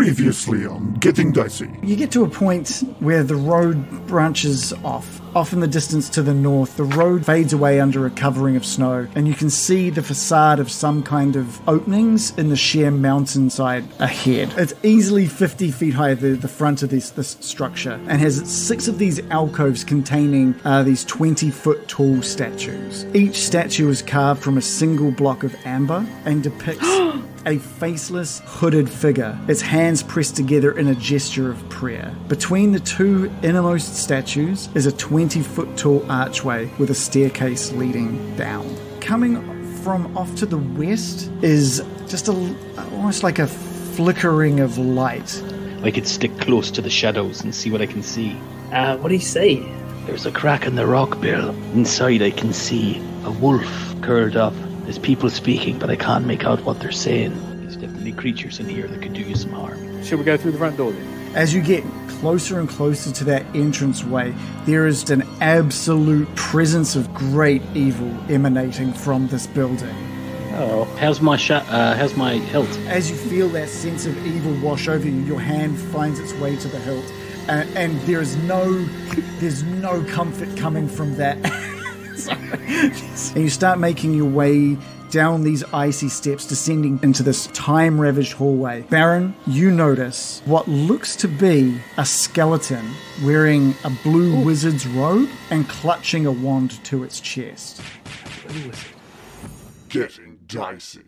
Previously on Getting Dicey. You get to a point where the road branches off. Off in the distance to the north, the road fades away under a covering of snow, and you can see the facade of some kind of openings in the sheer mountainside ahead. It's easily 50 feet high, the, the front of this, this structure, and has six of these alcoves containing uh, these 20 foot tall statues. Each statue is carved from a single block of amber and depicts. a faceless, hooded figure, its hands pressed together in a gesture of prayer. Between the two innermost statues is a 20 foot tall archway with a staircase leading down. Coming from off to the west is just a, almost like a flickering of light. I could stick close to the shadows and see what I can see. Uh, what do you say? There's a crack in the rock, Bill. Inside, I can see a wolf curled up. There's people speaking, but I can't make out what they're saying. There's definitely creatures in here that could do you some harm. Should we go through the front door then? As you get closer and closer to that entranceway, there is an absolute presence of great evil emanating from this building. Oh, how's my sh- uh, how's my hilt? As you feel that sense of evil wash over you, your hand finds its way to the hilt, and, and there is no, there's no comfort coming from that. and you start making your way down these icy steps, descending into this time ravaged hallway. Baron, you notice what looks to be a skeleton wearing a blue wizard's robe and clutching a wand to its chest. Getting Dicey.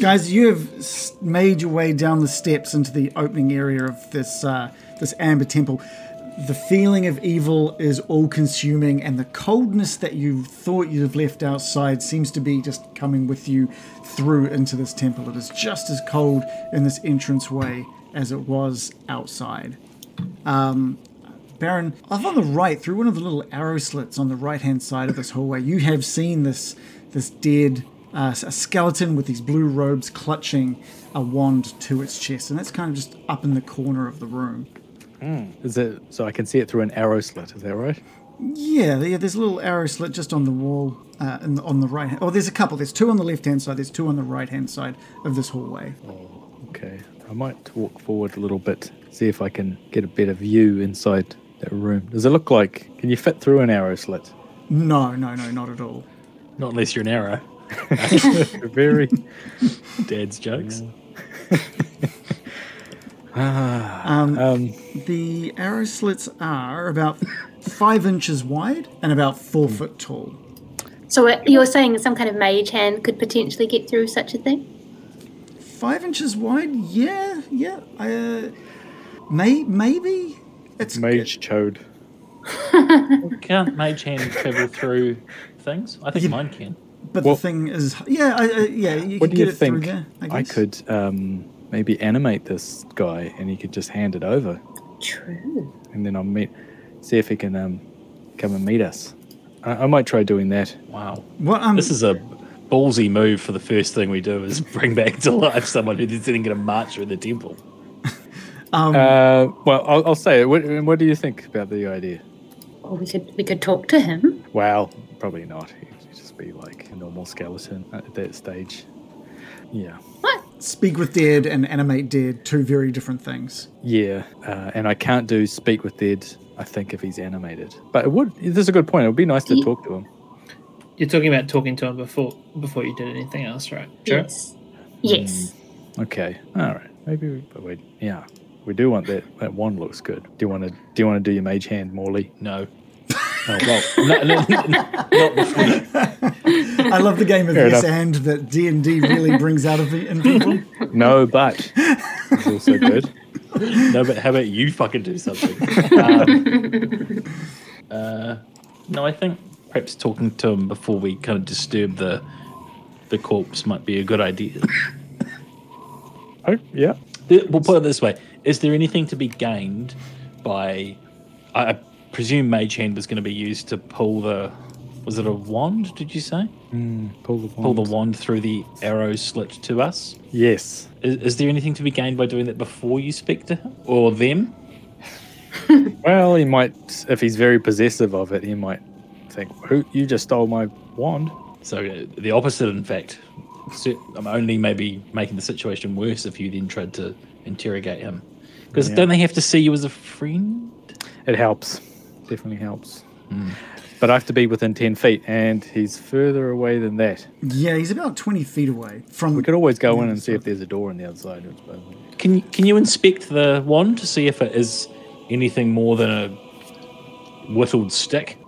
Guys, you have s- made your way down the steps into the opening area of this uh, this amber temple. The feeling of evil is all-consuming, and the coldness that you thought you'd have left outside seems to be just coming with you through into this temple. It is just as cold in this entranceway as it was outside. Baron, off on the right, through one of the little arrow slits on the right-hand side of this hallway, you have seen this this dead uh, a skeleton with these blue robes clutching a wand to its chest, and that's kind of just up in the corner of the room. Is it so I can see it through an arrow slit? Is that right? Yeah, yeah there's a little arrow slit just on the wall uh, in the, on the right. Oh, there's a couple. There's two on the left-hand side. There's two on the right-hand side of this hallway. Okay, I might walk forward a little bit, see if I can get a better view inside that room. Does it look like? Can you fit through an arrow slit? No, no, no, not at all. Not unless you're an arrow. Very. Dad's jokes. um, The arrow slits are about five inches wide and about four foot tall. So uh, you're saying some kind of mage hand could potentially get through such a thing? Five inches wide? Yeah, yeah. Uh, may maybe it's mage chode. Can't mage hand travel through things? I think mine can. But Well- the thing is, yeah, I, I, yeah, you What could do get you it think? through there. I, I guess. could um, maybe animate this guy, and he could just hand it over, True. and then I'll meet, see if he can um, come and meet us. I, I might try doing that. Wow. What um, This is a ballsy move for the first thing we do is bring back to life someone who isn't going to march through the temple. Uh, well, I'll, I'll say it. What, what do you think about the idea? Or we could we could talk to him. Well, probably not. He'd just be like a normal skeleton at that stage. Yeah. What? speak with dead and animate dead, two very different things. Yeah. Uh, and I can't do speak with dead, I think, if he's animated. But it would, this is a good point. It would be nice to Ye- talk to him. You're talking about talking to him before before you did anything else, right? Sure. Yes. Yes. Okay. All right. Maybe we, but we, yeah. We do want that. That wand looks good. Do you want to? Do you want to do your mage hand, Morley? No. Oh, well, No, no, no, not before. I love the game of Fair yes enough. and that D and D really brings out of the, in people. no, but it's also good. No, but how about you fucking do something? um, uh, no, I think perhaps talking to him before we kind of disturb the the corpse might be a good idea. Oh, yeah. Th- We'll put it this way: Is there anything to be gained by? I, I presume Mage Hand was going to be used to pull the. Was it a wand? Did you say Pull the wand. pull the wand through the arrow slit to us? Yes. Is, is there anything to be gained by doing that before you speak to him or them? Well, he might, if he's very possessive of it, he might think, "Who you just stole my wand?" So uh, the opposite, in fact. So I'm only maybe making the situation worse if you then tried to interrogate him. Because don't they have to see you as a friend? It helps. Definitely helps. But I have to be within 10 feet, and he's further away than that. Yeah, he's about 20 feet away from. We could always go in and see if there's a door on the other side. I suppose. Can can you inspect the wand to see if it is anything more than a whittled stick?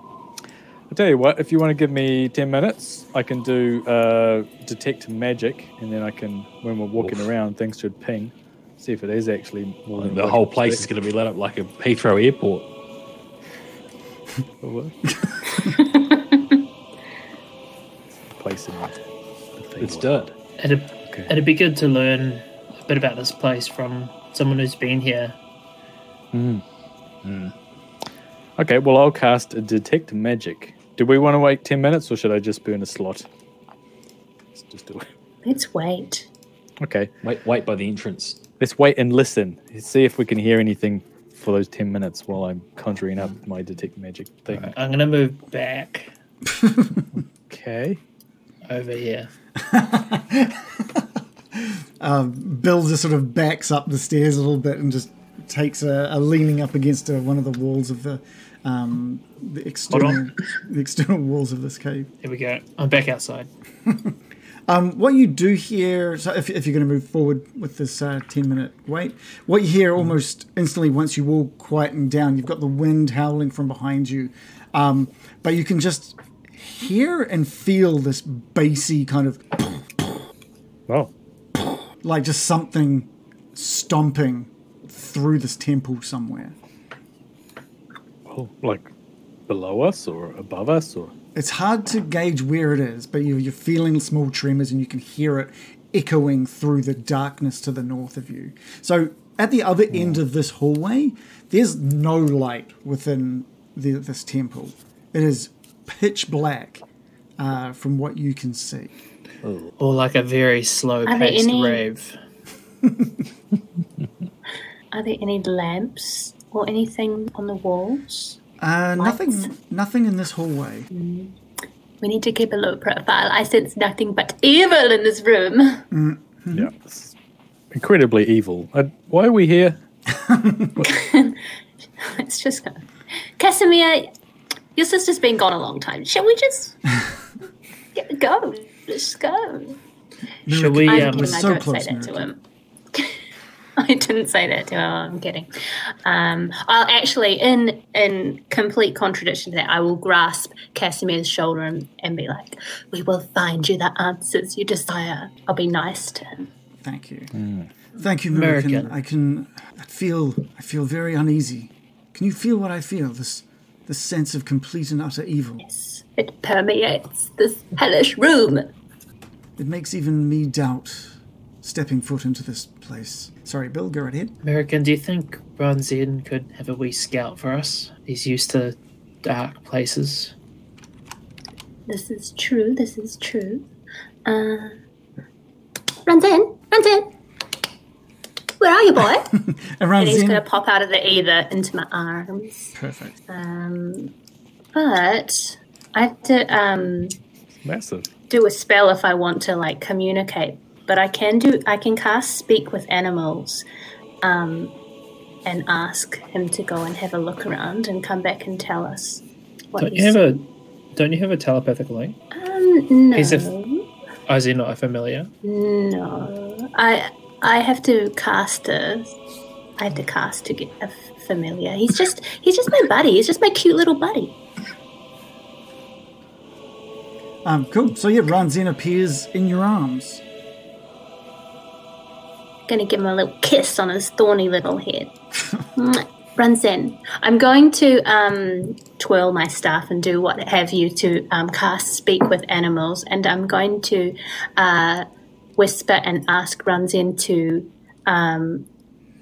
I'll tell you what, if you want to give me 10 minutes, I can do uh, detect magic, and then I can, when we're walking Oof. around, things should ping. See if it is actually more than a The whole whittled place is stick. going to be lit up like a Heathrow airport. place in the Let's do it. It'd, Okay. it'd be good to learn a bit about this place from someone who's been here. Okay, well, I'll cast a detect magic. Do we want to wait 10 minutes or should I just burn a slot? Let's just do it. Let's wait. Okay, Wait, wait by the entrance. let's wait and listen. See if we can hear anything for those 10 minutes while I'm conjuring up my detect magic thing. I'm gonna move back Okay. over here. Bill just sort of backs up the stairs a little bit and just takes a, a leaning up against a, one of the walls of the um, the external on. the external walls of this cave. Here we go. I'm back outside. Um, What you do here, so if, if you're going to move forward with this uh, 10 minute wait, what you hear almost instantly once you all quieten down, you've got the wind howling from behind you, um, but you can just hear and feel this bassy kind of Well, like just something stomping through this temple somewhere. well, like below us or above us or. It's hard to gauge where it is, but you, you're feeling small tremors and you can hear it echoing through the darkness to the north of you. So at the other end of this hallway, there's no light within the, this temple. It is pitch black uh, from what you can see. Or like a very slow there paced any- rave. Are there any lamps or anything on the walls? Uh, nothing, nothing in this hallway. We need to keep a low profile. I sense nothing but evil in this room. Yeah. it's Mm-hmm. incredibly evil. I, why are we here? Let's just go. Casimir, your sister's been gone a long time. Shall we just get, go? Let's go. Should we? Um, I'm kidding. we're I so don't close, say that to Miracle. him. I didn't say that to him. I'm kidding. Um, I'll actually, in in complete contradiction to that, I will grasp Casimir's shoulder and, and be like, "We will find you the answers you desire." I'll be nice to him. Thank you, thank you, American. American. I can I feel I feel very uneasy. Can you feel what I feel? This this sense of complete and utter evil. It permeates this hellish room. It makes even me doubt stepping foot into this place. Sorry, Bill, go right ahead. American, do you think Ron Zeden could have a wee scout for us? He's used to dark places. This is true. This is true. Uh, runs in. Runs in. Where are you, boy? Around And he's Zen. going to pop out of the ether into my arms. Perfect. Um, but I have to um, Massive. do a spell if I want to like communicate. But I can do. I can cast speak with animals, um, and ask him to go and have a look around and come back and tell us. What Don't you he's- have a don't you have a telepathic link? um, no. He's a Oh, is he not familiar? No, I I have to cast a. I have to cast to get a f- familiar. He's just he's just my buddy. He's just my cute little buddy. Um, cool. So yeah, Ron Zen appears in your arms. Gonna give him a little kiss on his thorny little head. Mwah. Runs in. I'm going to um, twirl my staff and do what have you to um, cast speak with animals, and I'm going to uh, whisper and ask Runs in to um,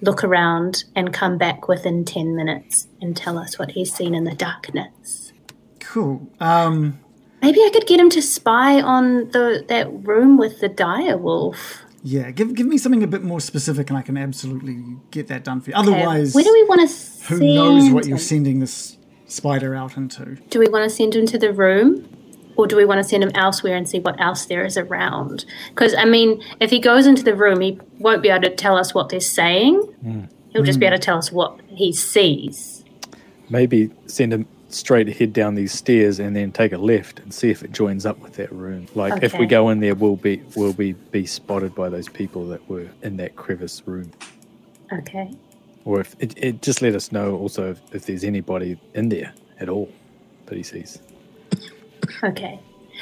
look around and come back within ten minutes and tell us what he's seen in the darkness. Cool. Um, Maybe I could get him to spy on the that room with the dire wolf. yeah, give give me something a bit more specific, and I can absolutely get that done for you. Otherwise, Where do we want to send who knows what you're him? sending this spider out into? Do we want to send him to the room or do we want to send him elsewhere and see what else there is around? Because, I mean, if he goes into the room, he won't be able to tell us what they're saying. He'll just be able to tell us what he sees. Maybe send him straight ahead down these stairs and then take a left and see if it joins up with that room. Like if Okay. we go in there, we'll be will be be spotted by those people that were in that crevice room. Okay. Or if it, it just let us know also if, if there's anybody in there at all that he sees. Okay.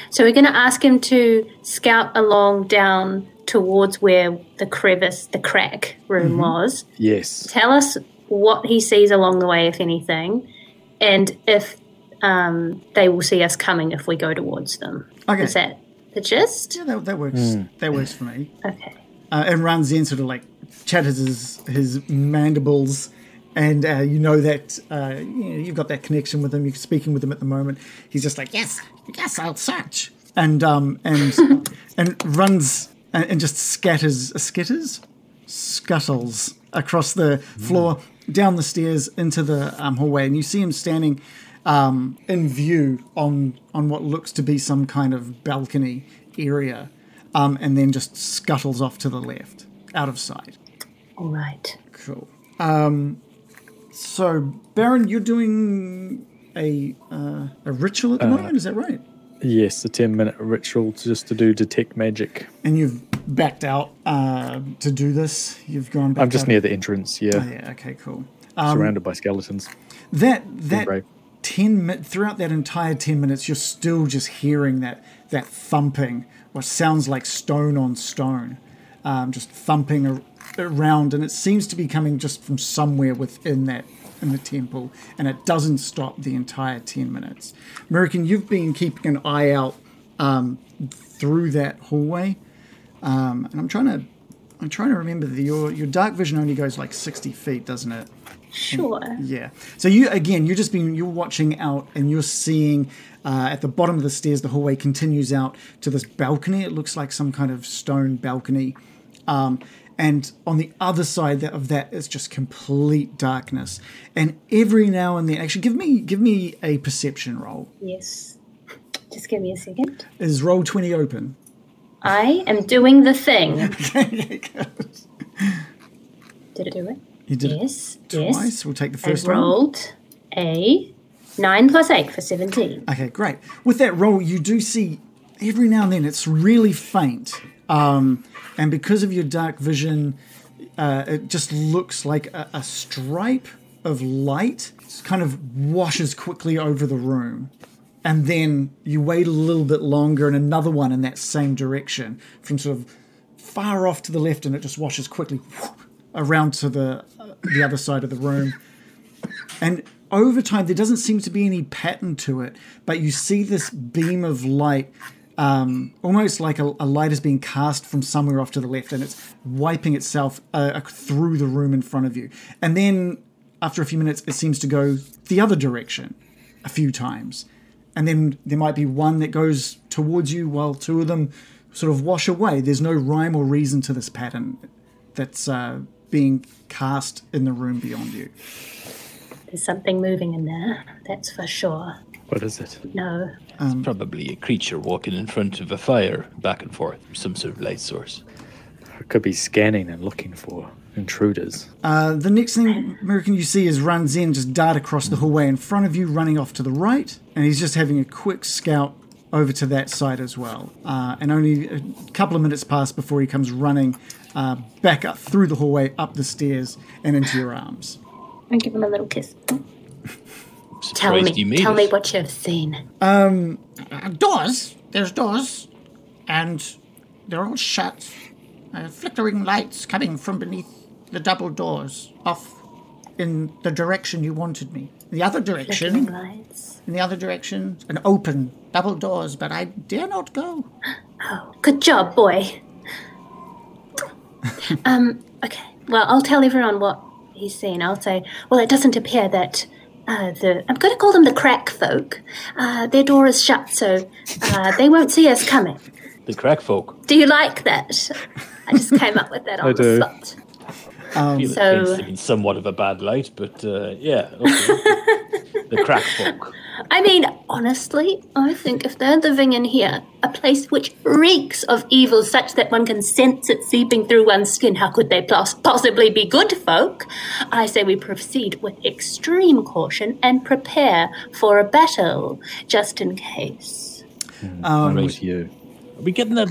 So we're going to ask him to scout along down towards where the crevice, the crack room was. Yes. Tell us what he sees along the way, if anything, and if um, they will see us coming if we go towards them. Okay. Is that the gist? Yeah, that, that works. That works for me. Okay. uh, and runs in, sort of like chatters his, his mandibles, and uh, you know that uh, you know, you've got that connection with him. You're speaking with him at the moment. He's just like, yes, yes, I'll search, and um, and and runs and, and just scatters, skitters, scuttles across the floor, down the stairs into the um, hallway, and you see him standing um, in view on on what looks to be some kind of balcony area, um, and then just scuttles off to the left, out of sight. All right. Cool. Um, so Baron, you're doing a uh, a ritual at the moment, is that right? Yes, the ten minute ritual just to do detect magic. And you've backed out uh, to do this. You've gone. Back I'm just out- oh, near the entrance, yeah. Yeah. Okay. Cool. surrounded by skeletons. That that brave. ten mi- throughout that entire ten minutes, you're still just hearing that that thumping, what sounds like stone on stone, um, just thumping ar- around, and it seems to be coming just from somewhere within that in the temple, and it doesn't stop the entire ten minutes. American, you've been keeping an eye out um, through that hallway, um, and I'm trying to. I'm trying to remember that your your dark vision only goes like sixty feet, doesn't it? Sure. Yeah. So you again, you're just being you're watching out, and you're seeing uh, at the bottom of the stairs, the hallway continues out to this balcony. It looks like some kind of stone balcony, um, and on the other side tha- of that is just complete darkness. And every now and then, actually, give me give me a perception roll. Yes. Just give me a second. Is roll twenty open? I am doing the thing. Did it do it? You did it Yes. twice. Yes. We'll take the I first roll. rolled a nine plus eight for seventeen. Okay, great. With that roll, you do see every now and then it's really faint, um, and because of your dark vision, uh, it just looks like a, a stripe of light just kind of washes quickly over the room. And then you wait a little bit longer, and another one in that same direction from sort of far off to the left, and it just washes quickly around to the the other side of the room. And over time, there doesn't seem to be any pattern to it, but you see this beam of light, um, almost like a, a light is being cast from somewhere off to the left, and it's wiping itself uh, ac- through the room in front of you. And then after a few minutes, it seems to go the other direction a few times. And then there might be one that goes towards you while two of them sort of wash away. There's no rhyme or reason to this pattern that's uh, being cast in the room beyond you. There's something moving in there, that's for sure. What is it? No. Probably a creature walking in front of a fire, back and forth, some sort of light source. It could be scanning and looking for intruders. The next thing, American, you see is runs in, just dart across the hallway in front of you, running off to the right, and he's just having a quick scout over to that side as well. Uh, and only a couple of minutes pass before he comes running uh, back up through the hallway, up the stairs, and into your arms. I'll give him a little kiss. I'm Tell surprised you me. made Tell it. me what you've seen. Uh, doors. There's doors, and they're all shut. Uh, flickering lights coming from beneath the double doors, off in the direction you wanted me. The other Flickering direction, lights. in the other direction, and open double doors, but I dare not go. Good job, boy. um, okay. Well, I'll tell everyone what he's seen. I'll say, well, it doesn't appear that uh, the. I'm going to call them the crack folk. Uh, their door is shut, so uh, they won't see us coming. The crack folk. Do you like that? I just came up with that on I the do. spot. I feel so- it paints them in somewhat of a bad light, but uh, yeah, okay. the crack folk. I mean, honestly, I think if they're living in here, a place which reeks of evil such that one can sense it seeping through one's skin, how could they pos- possibly be good folk? I say we proceed with extreme caution and prepare for a battle, just in case. I'm with you. Are we getting that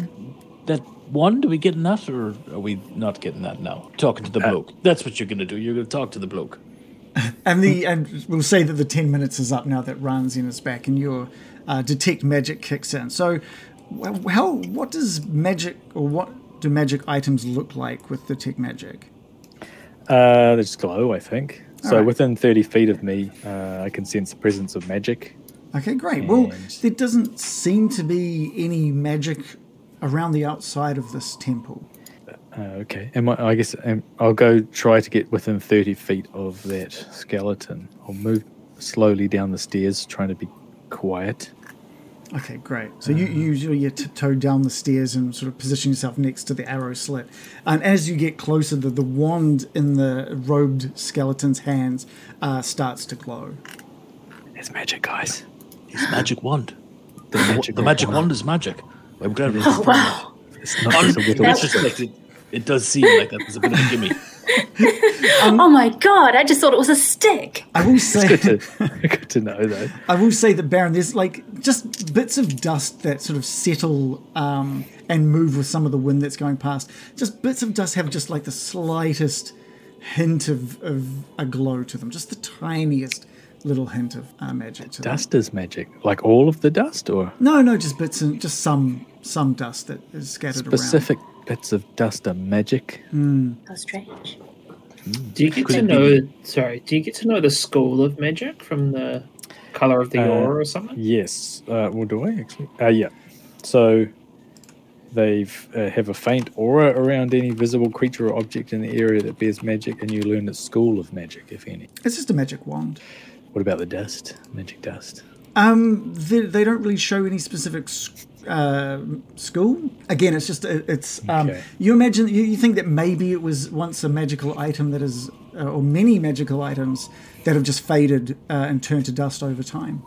that one? Do we getting that, or are we not getting that now? Talking to the Uh, bloke. That's what you're gonna do. You're gonna talk to the bloke. And the and we'll say that the ten minutes is up now that Ranzin is back and your uh, detect magic kicks in. So, wh- how what does magic or what do magic items look like with detect magic? Uh, they just glow, I think. So Alright. within 30 feet of me, uh, I can sense the presence of magic. Okay, great. Well, And- there doesn't seem to be any magic around the outside of this temple. Uh, okay. Am I, I guess um, I'll go try to get within 30 feet of that skeleton. I'll move slowly down the stairs, trying to be quiet. Okay, great. So Uh-huh. you you usually you tiptoe down the stairs and sort of position yourself next to the arrow slit. And as you get closer, the, the wand in the robed skeleton's hands uh, starts to glow. It's magic, guys. It's magic wand. The magic, The magic wand is magic. I'm glad we Oh, wow. It's not just a little It's just like it, it does seem like that. There's a bit of a gimme. oh my god, I just thought it was a stick. I will say good to, good to know, though. I will say that Baron, there's like just bits of dust that sort of settle um, and move with some of the wind that's going past. Just bits of dust have just like the slightest hint of, of a glow to them, just the tiniest little hint of uh, magic to Dust is magic. Like all of the dust, or them. No, no, just bits and just some some dust that is scattered specific bits of dust are magic? How strange. Do you get to know? Sorry, do you get to know the school of magic from the color of the Uh, aura or something? Yes. Uh, well, do I actually? Uh, yeah. So they've uh, have a faint aura around any visible creature or object in the area that bears magic, and you learn its school of magic, if any. around. It's just a magic wand. What about the dust? Magic dust. Um, they, they don't really show any specific s- uh, school. Again, it's just it- it's um, Okay. you imagine you, you think that maybe it was once a magical item that is uh, or many magical items that have just faded uh, and turned to dust over time.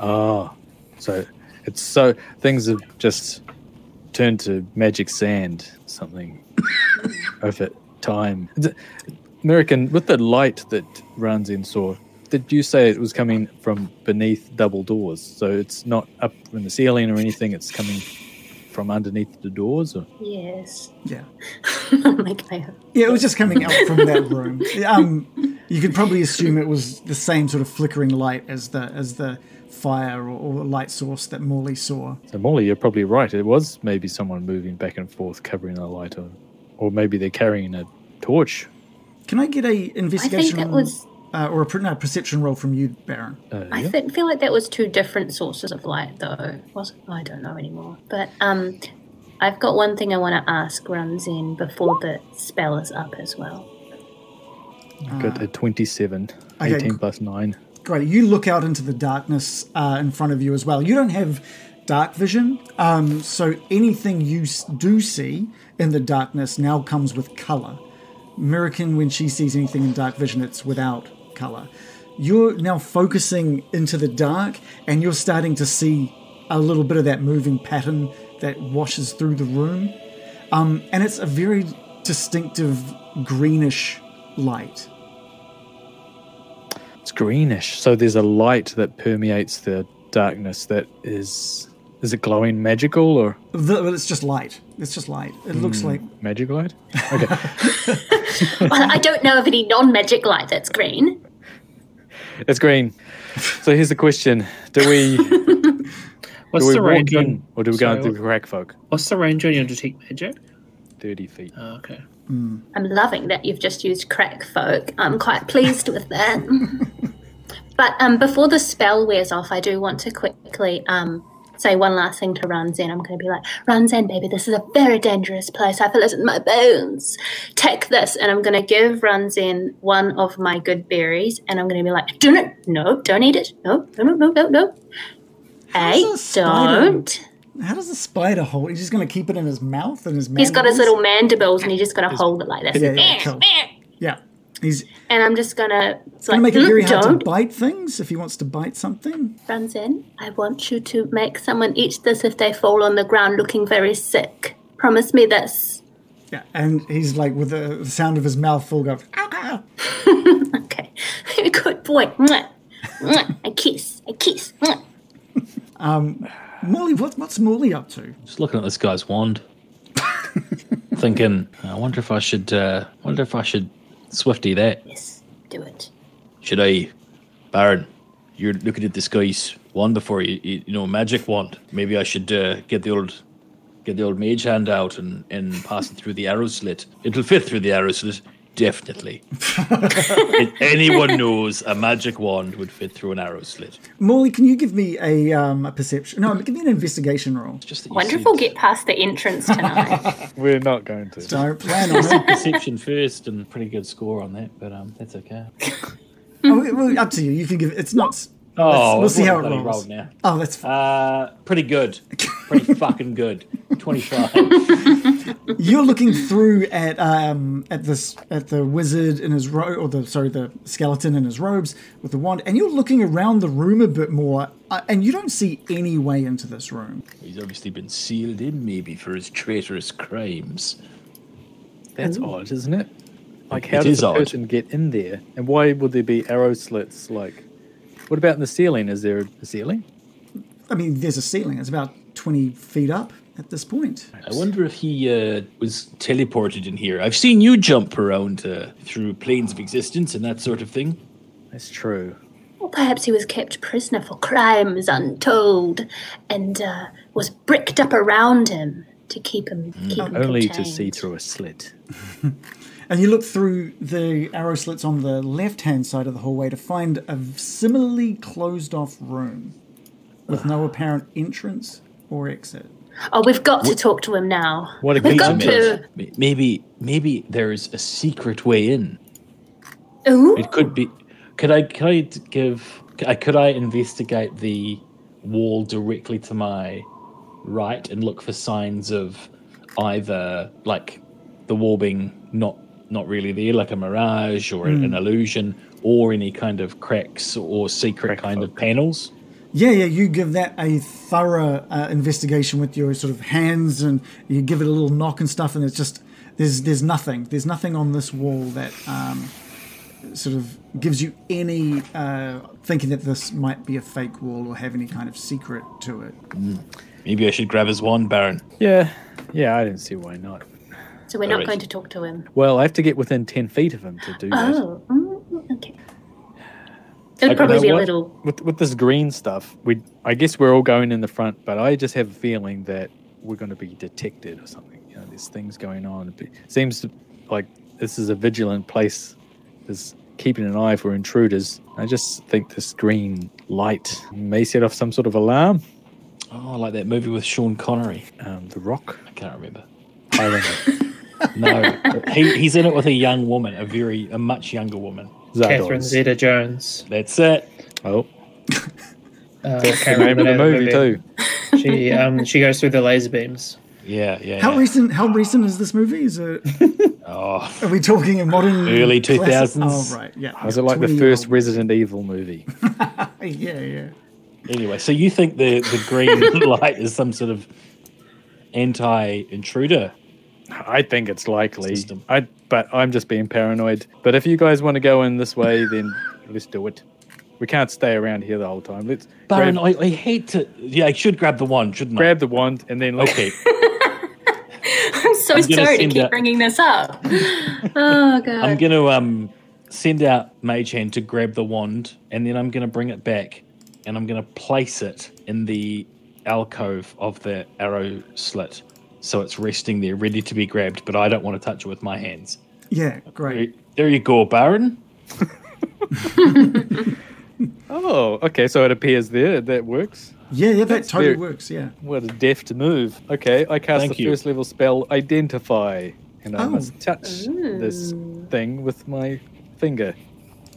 Ah, so it's so things have just turned to magic sand, something over time. D- American, with the light that Ranzin saw, did you say it was coming from beneath double doors? So it's not up in the ceiling or anything, it's coming from underneath the doors? Or? Yes. Yeah, I'm like, I hope. yeah, it was just coming out from that room. Um, you could probably assume it was the same sort of flickering light as the as the fire or, or the light source that Morley saw. So, Molly, you're probably right. It was maybe someone moving back and forth, covering the light, or, or maybe they're carrying a torch. Can I get a I investigation? think that was. uh, or a, per- no, perception roll from you, Baron. Uh, I yeah. thi- feel like that was two different sources of light, though. Was it? I don't know anymore. But um, I've got one thing I want to ask runs in before the spell is up as well. Got a 27, Okay, 18 cool. plus 9. Great. You look out into the darkness uh, in front of you as well. You don't have dark vision, um, so anything you s- do see in the darkness now comes with color. Mirakin, when she sees anything in dark vision, it's without color. You're now focusing into the dark, and you're starting to see a little bit of that moving pattern that washes through the room, um, and it's a very distinctive greenish light. It's greenish. So there's a light that permeates the darkness that is. Is it glowing magical or The, well, it's just light. It's just light. It looks like magic light? Well, I don't know of any non-magic light that's green. It's green. So here's the question Do we, do What's we the walk range in on? or do we go sorry, into the crack folk? What's the range on your detect magic? 30 feet. Oh, okay. I'm loving that you've just used crack folk. I'm quite pleased with that. but um, before the spell wears off, I do want to quickly um, say one last thing to Ranzen. I'm going to be like, Ranzen, baby, this is a very dangerous place. I feel it in my bones. Take this, and I'm going to give Ranzen one of my good berries, and I'm going to be like, do not, no, don't eat it. No, no, no, no, no, no. Hey, a spider- don't. How does the spider hold? He's just going to keep it in his mouth and his. He's got mandibles? his little mandibles, and he's just going to hold it like this. Yeah, yeah, cool. yeah. He's and I'm just gonna. It's gonna make like, it very "Mm, hard to don't bite things if he wants to bite something. runs in. I want you to make someone eat this if they fall on the ground looking very sick. Promise me this. Yeah, and he's like with the, the sound of his mouth full go. "Ah, Okay. Good boy. Mwah. Mwah. A kiss. A kiss. Mwah. ah." Morley, what, what's Morley up to? Just looking at this guy's wand, thinking, I wonder if I should, uh, wonder if I should swifty that. Yes. Do it. Should I, Baron? You're looking at this guy's wand before you, you, you know, magic wand. Maybe I should uh, get the old, get the old mage hand out and and pass it through the arrow slit. It'll fit through the arrow slit, definitely. if anyone knows a magic wand would fit through an arrow slit. Morley, can you give me a, um, a perception? No, give me an investigation roll. Just that you Wonderful. said Get past the entrance tonight. We're not going to. Don't plan on it. perception first and pretty good score on that, but um, that's okay. Oh, it- well, up to you. You can give. It's not. Oh, we'll see what a how it bloody rolls. roll now. Oh, that's. fine. Uh, pretty good. Pretty fucking good. 25. You're looking through at um at this at the wizard in his robe, or the sorry, the skeleton in his robes with the wand, and you're looking around the room a bit more, uh, and you don't see any way into this room. He's obviously been sealed in, maybe, for his traitorous crimes. That's odd, isn't it? Like, how It does is a odd. person get in there? And why would there be arrow slits? Like, what about in the ceiling? Is there a ceiling? I mean, there's a ceiling. It's about twenty feet up at this point. I wonder if he uh, was teleported in here. I've seen you jump around uh, through planes of existence and that sort of thing. That's true. or perhaps he was kept prisoner for crimes untold, and uh, was bricked up around him to keep him keep him Mm. Only to contained. see through a slit. And you look through the arrow slits on the left hand side of the hallway to find a similarly closed off room with no apparent entrance or exit. Oh, we've got to talk to him now. What a we've got compliment. to. M- Maybe, maybe there's a secret way in. Ooh. It could be. Could I? Could I d- give? c- uh, Could I investigate the wall directly to my right and look for signs of either like the wall being not not really there, like a mirage or an- an illusion, or any kind of cracks or secret kind of panels? Yeah, yeah, you give that a thorough uh, investigation with your sort of hands and you give it a little knock and stuff, and it's just there's there's nothing. There's nothing on this wall that um, sort of gives you any uh, thinking that this might be a fake wall or have any kind of secret to it. Maybe I should grab his wand, Baron. Yeah. Yeah, I didn't see why not. So we're not Alright. going to talk to him. Well, I have to get within 10 feet of him to do that. Oh, mm, okay. It'll Like, probably you be a know what? little. with with this green stuff. We I guess we're all going in the front, but I just have a feeling that we're going to be detected or something. You know, there's things going on. It seems to, like this is a vigilant place. There's keeping an eye for intruders. I just think this green light may set off some sort of alarm. Oh, like that movie with Sean Connery. Um, the rock. I can't remember. I don't No, he, he's in it with a young woman, a very, a much younger woman. know. Catherine Zardoz. Zeta Jones. That's it. Oh, Uh, that's the can't name remember of the movie name of too. the movie. She um she goes through the laser beams. Yeah, yeah. How yeah. recent? How recent is this movie? Is it? Oh, Are we talking a modern Early classic? 2000s. Oh right, yeah. Was it like the 20 first year Resident Evil movie? old. Yeah, yeah. Anyway, so you think the, the green light is some sort of anti intruder? I think it's likely. System. I but I'm just being paranoid. But if you guys want to go in this way, then let's do it. We can't stay around here the whole time. Let's Baron, grab, I, I hate to. Yeah, I should grab the wand, shouldn't grab the wand and then I? let's Okay. I'm so I'm gonna sorry to send keep a- bringing this up. oh god. I'm going to um, send out Mage Hand to grab the wand, and then I'm going to bring it back, and I'm going to place it in the alcove of the arrow slit. So it's resting there, ready to be grabbed, but I don't want to touch it with my hands. Yeah, great. There you go, Baron. Oh, okay. So it appears there. That works. Yeah, yeah, that totally very- works. Yeah. What a deft move. Okay, I cast Thank the you. first level spell Identify, and I Oh. must touch this thing with my finger.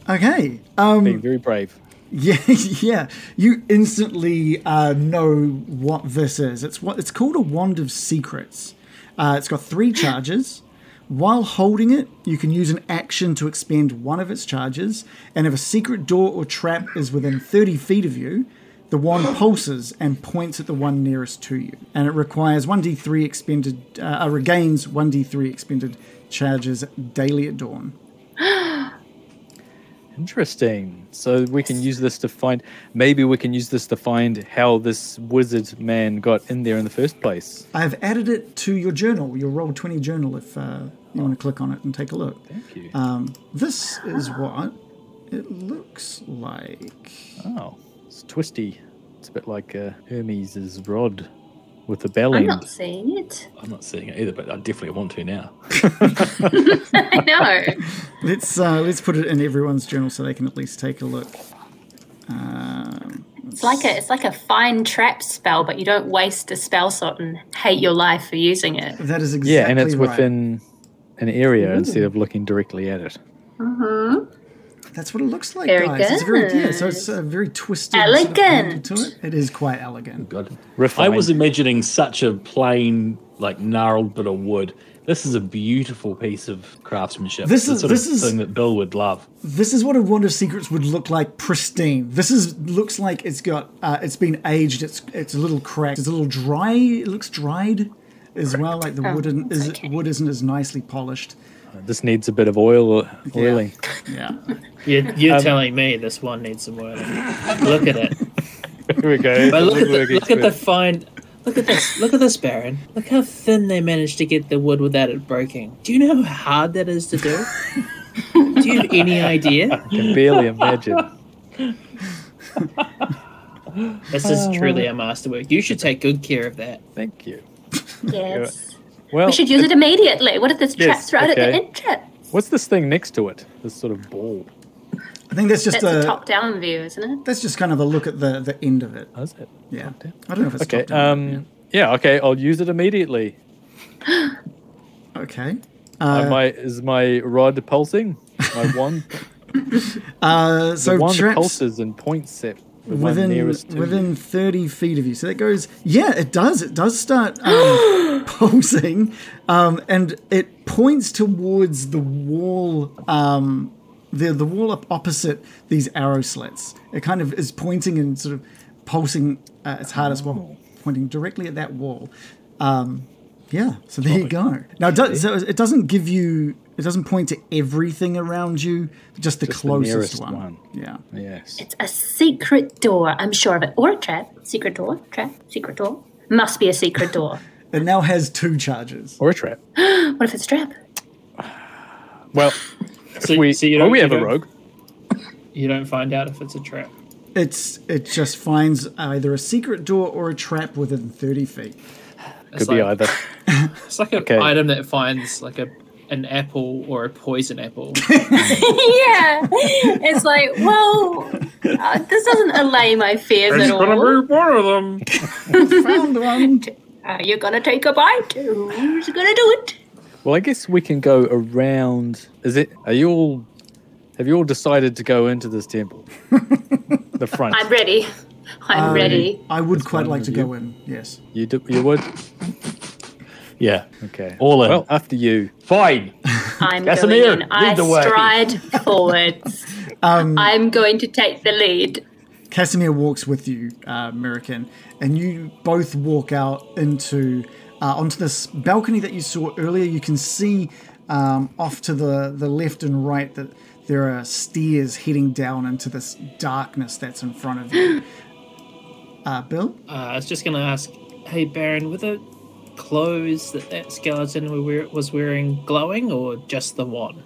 Okay. Um, Being very brave. Yeah, yeah. You instantly uh, know what this is. It's what it's called a wand of secrets. Uh, it's got three charges. While holding it, you can use an action to expend one of its charges, and if a secret door or trap is within 30 feet of you, the wand pulses and points at the one nearest to you, and it requires 1d3 expended, uh, uh, regains 1d3 expended charges daily at dawn. Interesting. So we can use this to find. Maybe we can use this to find how this wizard man got in there in the first place. I've added it to your journal, your Roll20 journal, if uh, you want to click on it and take a look. Thank you. This is what it looks like. oh, it's twisty. It's a bit like uh, Hermes's rod with the bell I'm end. not seeing it. I'm not seeing it either, but I definitely want to now. I know. Let's uh, let's put it in everyone's journal so they can at least take a look. It's like a it's like a fine trap spell, but you don't waste a spell slot and hate your life for using it. That is exactly yeah, and it's right. within an area instead of looking directly at it. That's what it looks like, Very guys. It's very yeah, so good. it's a very twisted sort of angle to it. Elegant. It is quite elegant. God. I Refined. was imagining such a plain, like gnarled bit of wood. This is a beautiful piece of craftsmanship. This The is- sort of this is- thing that Bill would love. This is what a wand of secrets would look like, pristine. This is looks like it's got uh, it's been aged. It's it's a little cracked. It's a little dry. It looks dried as well. Like the Oh, wood isn't, that's is, okay. wood isn't as nicely polished. This needs a bit of oil oiling. Yeah. You're, Um, you're telling me this one needs some work. Look at it. Here we go. But look at the, look at the fine. Look at this. Look at this, Baron. Look how thin they managed to get the wood without it breaking. Do you know how hard that is to do? do you have any idea? I can barely imagine. This Oh, is truly a masterwork. You should take good care of that. Thank you. Yes. Well, We should use it immediately. What if this Yes, trap's right at okay. the entrance? what's this thing next to it? This sort of ball. I think that's just That's a a top down view, isn't it? that's just kind of a look at the the end of it. Is it? Yeah. I don't know if it's Okay. top down. Um. Yeah. Okay. I'll use it immediately. uh, Okay. Am I, is my rod pulsing? My wand. Uh, so the wand traps pulses and points at the one within nearest to within you. 30 feet of you. So that goes. Yeah, it does. It does start um, pulsing, um, and it points towards the wall. Um, the the wall up opposite these arrow slits. It kind of is pointing and sort of pulsing uh, its hardest one, pointing directly at that wall. Um, Yeah, so there you go. Now, it, does, so it doesn't give you, it doesn't point to everything around you, just the the closest nearest one. one. Yeah. Yes. It's a secret door, I'm sure of it. Or a trap. Secret door. Trap. Secret door. Must be a secret door. It now has two charges. Or a trap. what if it's a trap? Well, So, we. so you oh, don't, we you have a don't- rogue. You don't find out if it's a trap. It's it just finds either a secret door or a trap within thirty feet. It's Could be like- either. It's like an Okay. item that finds like a an apple or a poison apple. yeah. It's like, well, uh, this doesn't allay my fears at all. one of them. Found one. Are you going to Uh, take a bite? Who's going to do it? Well, I guess we can go around. Is it? Are you all? Have you all decided to go into this temple? the front. I'm ready. I'm ready. I would quite like to go in. Yes. You do, You would. Yeah. Okay. All in. Well, after you. Fine. I'm Casimir, going in. I lead the way. Um, stride forwards. I'm going to take the lead. Casimir walks with you, uh, American, and you both walk out into uh, onto this balcony that you saw earlier. You can see um, off to the the left and right that there are stairs heading down into this darkness that's in front of you. Uh, Bill, Uh, I was just gonna ask, hey Baron, were the clothes that that skeleton we wear- was wearing glowing or just the wand?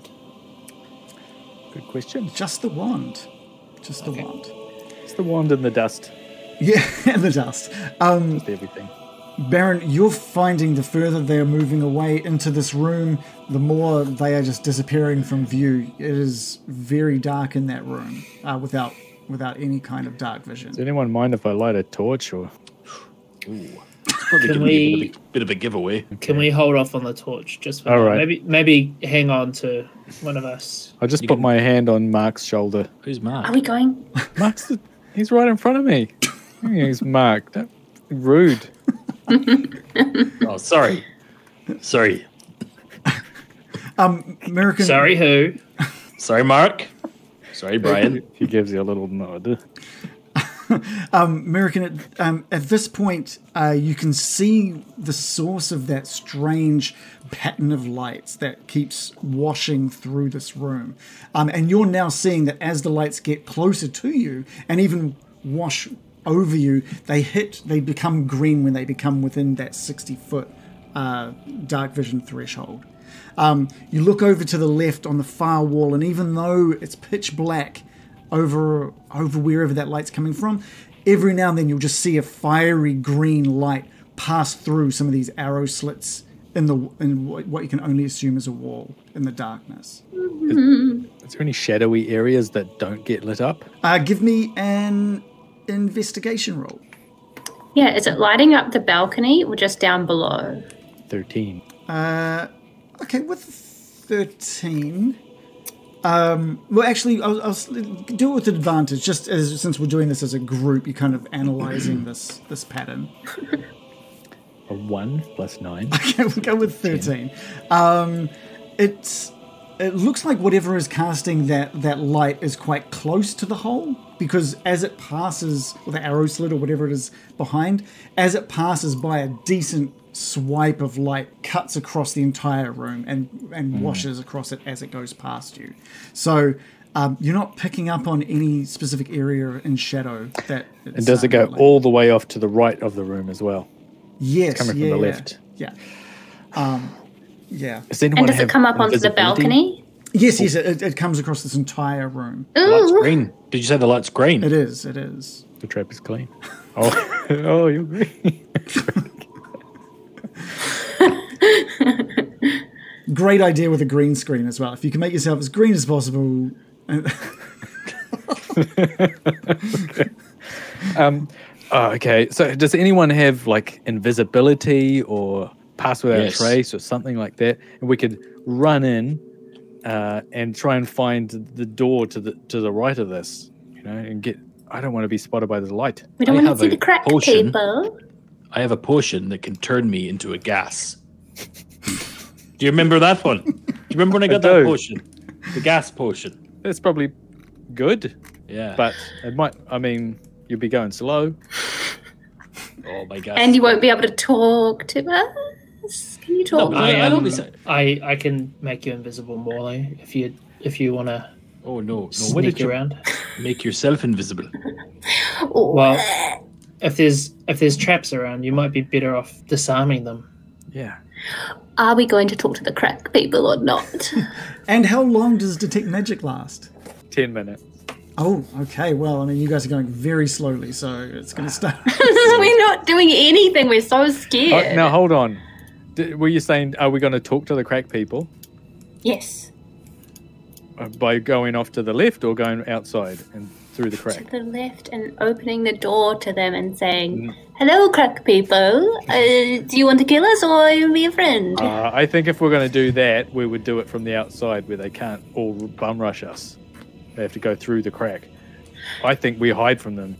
Good question. just the wand, just the wand. It's the wand in the dust. Yeah, and the dust. Just everything. Baron, you're finding the further they are moving away into this room, the more they are just disappearing from view. It is very dark in that room, uh, without without any kind of dark Does vision. anyone mind if I light a torch or? Probably Can giving you a we- bit of a, bit of a giveaway. Can we hold off on the torch just for All now? right. maybe maybe hang on to one of us. I'll just You put can- my hand on Mark's shoulder. Who's Are Mark? we going? Mark's, the, he's right in front of me. he's Mark. Don't- rude. Oh, sorry. Sorry. American. Sorry, who? Sorry, Mark. Sorry, Brian. He gives you a little nod. American, at, um, at this point, uh, you can see the source of that strange pattern of lights that keeps washing through this room. Um, and you're now seeing that as the lights get closer to you and even wash over you, they hit, they become green when they become within that 60 foot uh, dark vision threshold. Um, you look over to the left on the far wall, and even though it's pitch black over over wherever that light's coming from, every now and then you'll just see a fiery green light pass through some of these arrow slits in the in wh- what you can only assume is a wall in the darkness. Is there any shadowy areas that don't get lit up? Uh, give me an investigation roll. Yeah, is it lighting up the balcony or just down below? 13. Okay, with thirteen. Um, well, actually, I'll, I'll s- do it with advantage. Just as since we're doing this as a group, you're kind of analyzing this this pattern. A 1 plus 9. Okay, we'll go with 13. Um, it's it looks like whatever is casting that that light is quite close to the hole because as it passes with the arrow slit or whatever it is behind, as it passes by a decent swipe of light cuts across the entire room and and Hmm. washes across it as it goes past you. So um, you're not picking up on any specific area in shadow that And does it go all the way off to the right of the room as well? yes, coming from yeah, the yeah, left? Yeah. Um, yeah. Does anyone And does it have come up onto the invisibility? balcony? Yes, yes, it, it- it comes across this entire room. light's Ooh, green. Did you say the light's green? It is, it is. The trap is clean. Oh, oh you're green. Great idea with a green screen as well. If you can make yourself as green as possible, Oh, okay. So does anyone have like invisibility or pass without Yes. trace or something like that? And we could run in uh, and try and find the door to the to the right of this, you know, and get. I don't want to be spotted by the light. we don't I want to have see a the crack potion. people. I have a potion that can turn me into a gas. do you remember that one? Do you remember when I got I that do. potion? The gas potion. That's probably good, Yeah. but it might. I mean, you'll be going slow. oh my god. And you won't be able to talk to us. Can you talk? No, I, I don't be so- I I can make you invisible, Morley, if you if you want to Oh no, no. Why sneak did you around. make yourself invisible? Oh, Well, if there's if there's traps around, you might be better off disarming them. Yeah. Are we going to talk to the crack people or not? and how long does detect magic last? Ten minutes. Oh, okay. Well, I mean, you guys are going very slowly, so it's going to start. We're not doing anything. We're so Oh, scared. now hold on. D- were you saying are we going to talk to the crack people Yes. uh, by going off to the left or going outside and through the crack? To the left and opening the door to them and Mm. saying, Hello, crack people. Uh, do you want to kill us or are you be a friend? Uh, I think if we're going to do that, we would do it from the outside where they can't all bum rush us. They have to go through the crack. I think we hide from them.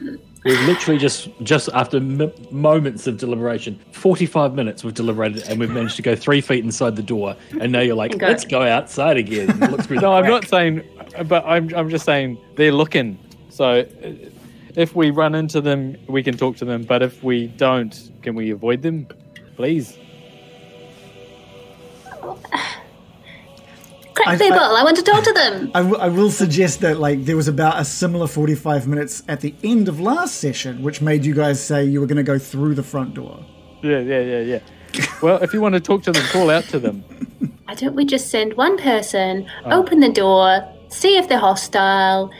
We've literally just just after m- moments of deliberation, forty-five minutes we've deliberated, and we've managed to go three feet inside the door. And now you're like, Go. let's go outside again. and Look through the No, I'm crack. not saying, but I'm, I'm just saying they're looking. So uh, if we run into them, we can talk to them. But if we don't, can we avoid them? Please. crack I- people, I- I, want to talk to them. I, w- I will suggest that like there was about a similar 45 minutes at the end of last session, which made you guys say you were going to go through the front door. Yeah, yeah, yeah, yeah. Well, if you want to talk to them, call out to them. Why don't we just send one person, Oh. open the door, see if they're hostile?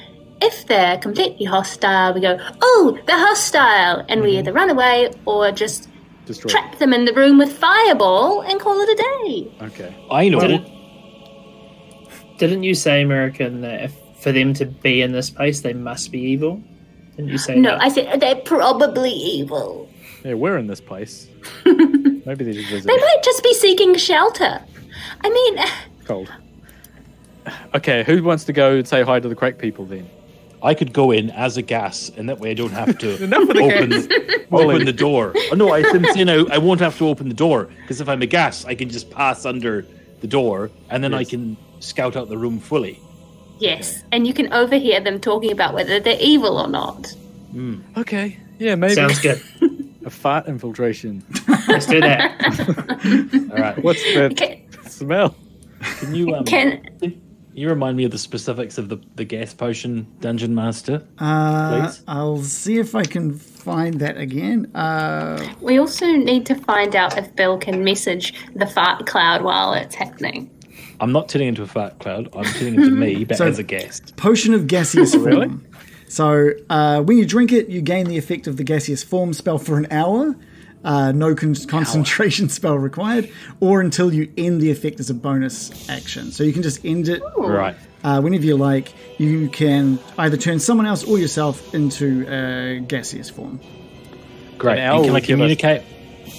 If they're completely hostile, we go, Oh, they're hostile. And Mm-hmm. we either run away or just Destroy. trap them in the room with fireball and call it a day. Okay. I know. Didn't, didn't you say, American, that if, for them to be in this place, they must be evil? Didn't you say No, that? I said they're probably evil. Yeah, we're in this place. Maybe they just visit. They might just be seeking shelter. I mean, cold. Okay, who wants to go and say hi to the crack people then? I could go in as a gas, and that way I don't have to Enough of the open, gas. open the door. Oh, no, I, I'm saying I, I won't have to open the door because if I'm a gas, I can just pass under the door, and then I Yes. can scout out the room fully. Yes, and you can overhear them talking about whether they're evil or not. Okay. Yeah, maybe Sounds good. a fart infiltration. Let's do that. All right. What's the Can, smell? Can you um, can you remind me of the specifics of the, the gas potion dungeon master? Uh, Please. I'll see if I can find that again. Uh, we also need to find out if Bill can message the fart cloud while it's happening? I'm not turning into a fart cloud. I'm turning into me, but So- as a gas. potion of gaseous form. Really? So uh, when you drink it, you gain the effect of the gaseous form spell for an hour. Uh, no con- concentration spell required, or until you end the effect as a bonus action. So you can just end it Right. uh, whenever you like. You can either turn someone else or yourself into a gaseous form. Great. An And owl can I would give us- communicate?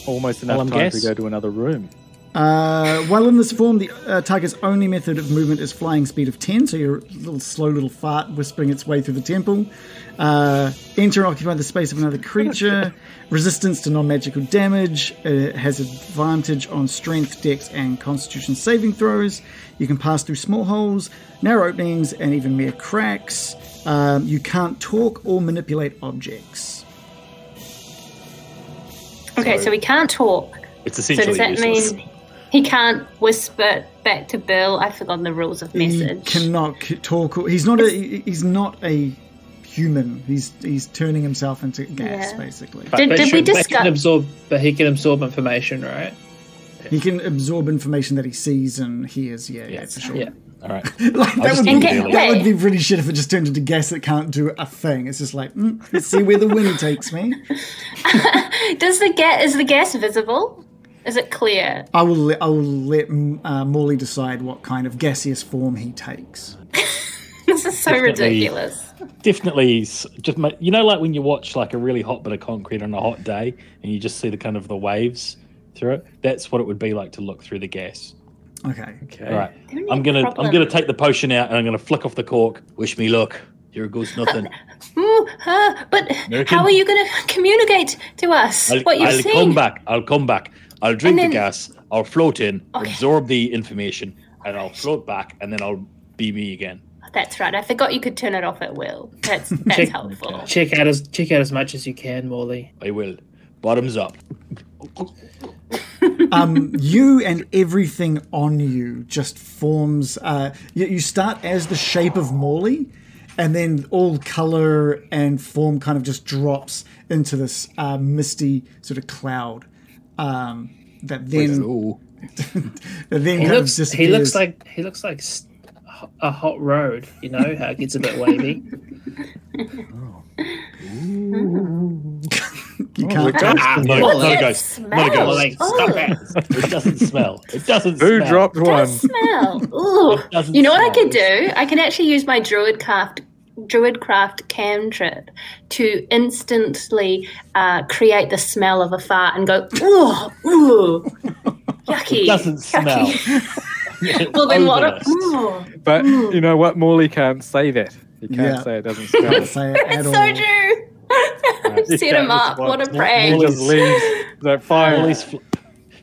Almost enough Well, I'm time guess. to go to another room. Uh, while in this form, the uh, tiger's only method of movement is flying speed of 10, so your little slow little fart whispering its way through the temple. Uh, enter and occupy the space of another creature. Resistance to non magical damage. It has advantage on strength, dex, and constitution saving throws. You can pass through small holes, narrow openings, and even mere cracks. Um, you can't talk or manipulate objects. Okay, so we can't talk. It's So essentially does that useless. mean he can't whisper back to Bill? I've forgotten the rules of He message. cannot c- talk. Or, he's not a. he- He's not a human. He's he's turning himself into gas, Yeah. basically. Did, But did we should- but he can discuss? absorb, but he can absorb information, right? He can absorb information that he sees and hears. Yeah, yeah, Yes. for sure. Yeah. All right. Like, that just would be leave it that alone. would be really shit if it just turned into gas that can't do a thing. It's just like mm, let's see where the wind takes me. Does the gas is the gas visible? Is it clear? I will let, I will let mm, uh, Morley decide what kind of gaseous form he takes. This is so Definitely. ridiculous. Definitely, s- just ma- you know, like when you watch like a really hot bit of concrete on a hot day, and you just see the kind of the waves through it. That's what it would be like to look through the gas. Okay. Okay. All right. Don't I'm need gonna problem. I'm gonna take the potion out and I'm gonna flick off the cork. Wish me luck. Here goes nothing. Ooh, ah, but American? how are you going to communicate to us I'll, what you've I'll seen? come back. I'll come back. I'll drink And then- the gas. I'll float in, Okay. absorb the information, and I'll float back, and then I'll be me again. That's right. I forgot you could turn it off at will. That's that's Check- helpful. Check out as check out as much as you can, Morley. I will. Bottoms up. um, you and everything on you just forms. Uh, you, you start as the shape of Morley, and then all color and form kind of just drops into this uh, misty sort of cloud um, that then Hello. that then He kind of looks he looks disappears. like he looks like s- a hot road. You know how it gets a bit wavy. you can't. ah, No, Morley. not a It ghost. Not a smells. ghost. Morley, stop Oh. it. It doesn't smell. It doesn't smell. Who dropped one? smell. Ooh. It doesn't You know what I smell. could do? I can actually use my druid craft druid craft cantrip to instantly uh, create the smell of a fart and go ooh ooh yucky. It doesn't smell. yucky. Well then what? A, Odorless. ooh. But you know what? Morley can't say that. He can't Yeah. say it doesn't smell. Can't say it at It's all. so true. Set him up. What a he prank. just leaves. That fire. Molly's, fl-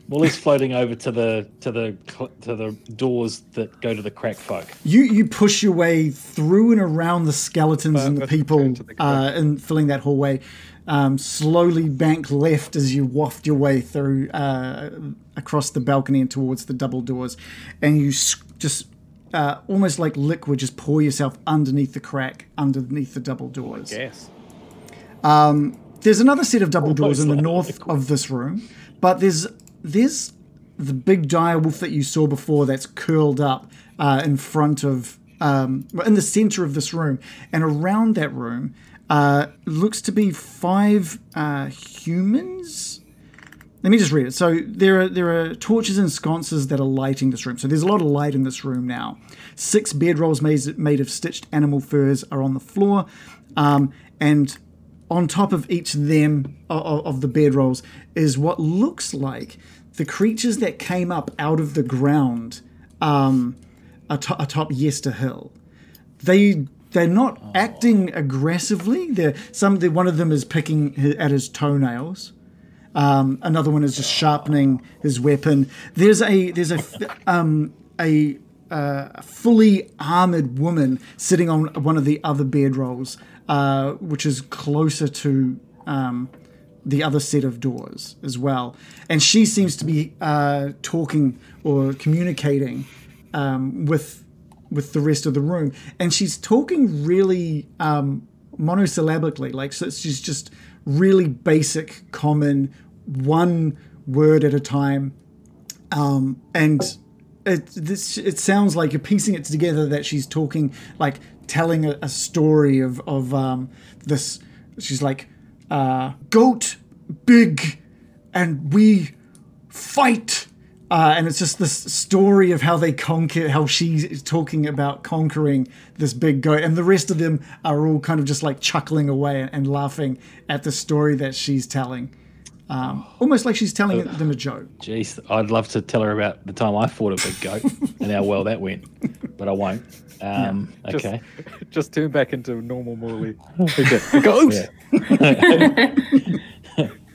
Molly's floating over to the to the cl- to the doors that go to the crack folk. You you push your way through and around the skeletons and the Further people into the uh, and filling that hallway. Um, slowly bank left as you waft your way through uh, across the balcony and towards the double doors, and you s- just uh, almost like liquid just pour yourself underneath the crack underneath the double doors. Yes. There's another set of double doors in the like north of this room, but there's there's the big dire wolf that you saw before that's curled up uh, in front of um, in the center of this room, and around that room uh, looks to be five uh, humans. Let me just read it. So there are there are torches and sconces that are lighting this room. So there's a lot of light in this room now. Six bedrolls made made of stitched animal furs are on the floor, um, and on top of each of them o- o- of the bedrolls is what looks like the creatures that came up out of the ground um, atop, atop Yester Hill. They they're not acting aggressively. They're some. They're, one of them is picking hi- at his toenails. Um, another one is just sharpening his weapon. There's a there's a f- um, a uh, fully armored woman sitting on one of the other bedrolls, uh, which is closer to um, the other set of doors as well. And she seems to be uh, talking or communicating um, with with the rest of the room, and she's talking really um, monosyllabically, like so she's just really basic, common, one word at a time, um, and it this it sounds like you're piecing it together that she's talking like telling a, a story of of um, this she's like uh, goat big and we fight uh, and it's just this story of how they conquer how she's is talking about conquering this big goat and the rest of them are all kind of just like chuckling away and, and laughing at the story that she's telling um, almost like she's telling them a joke Jeez, I'd love to tell her about the time I fought a big goat and how well that went, but I won't. Um, Just- okay. Just turn back into normal Morley. Okay. Goat. Yeah.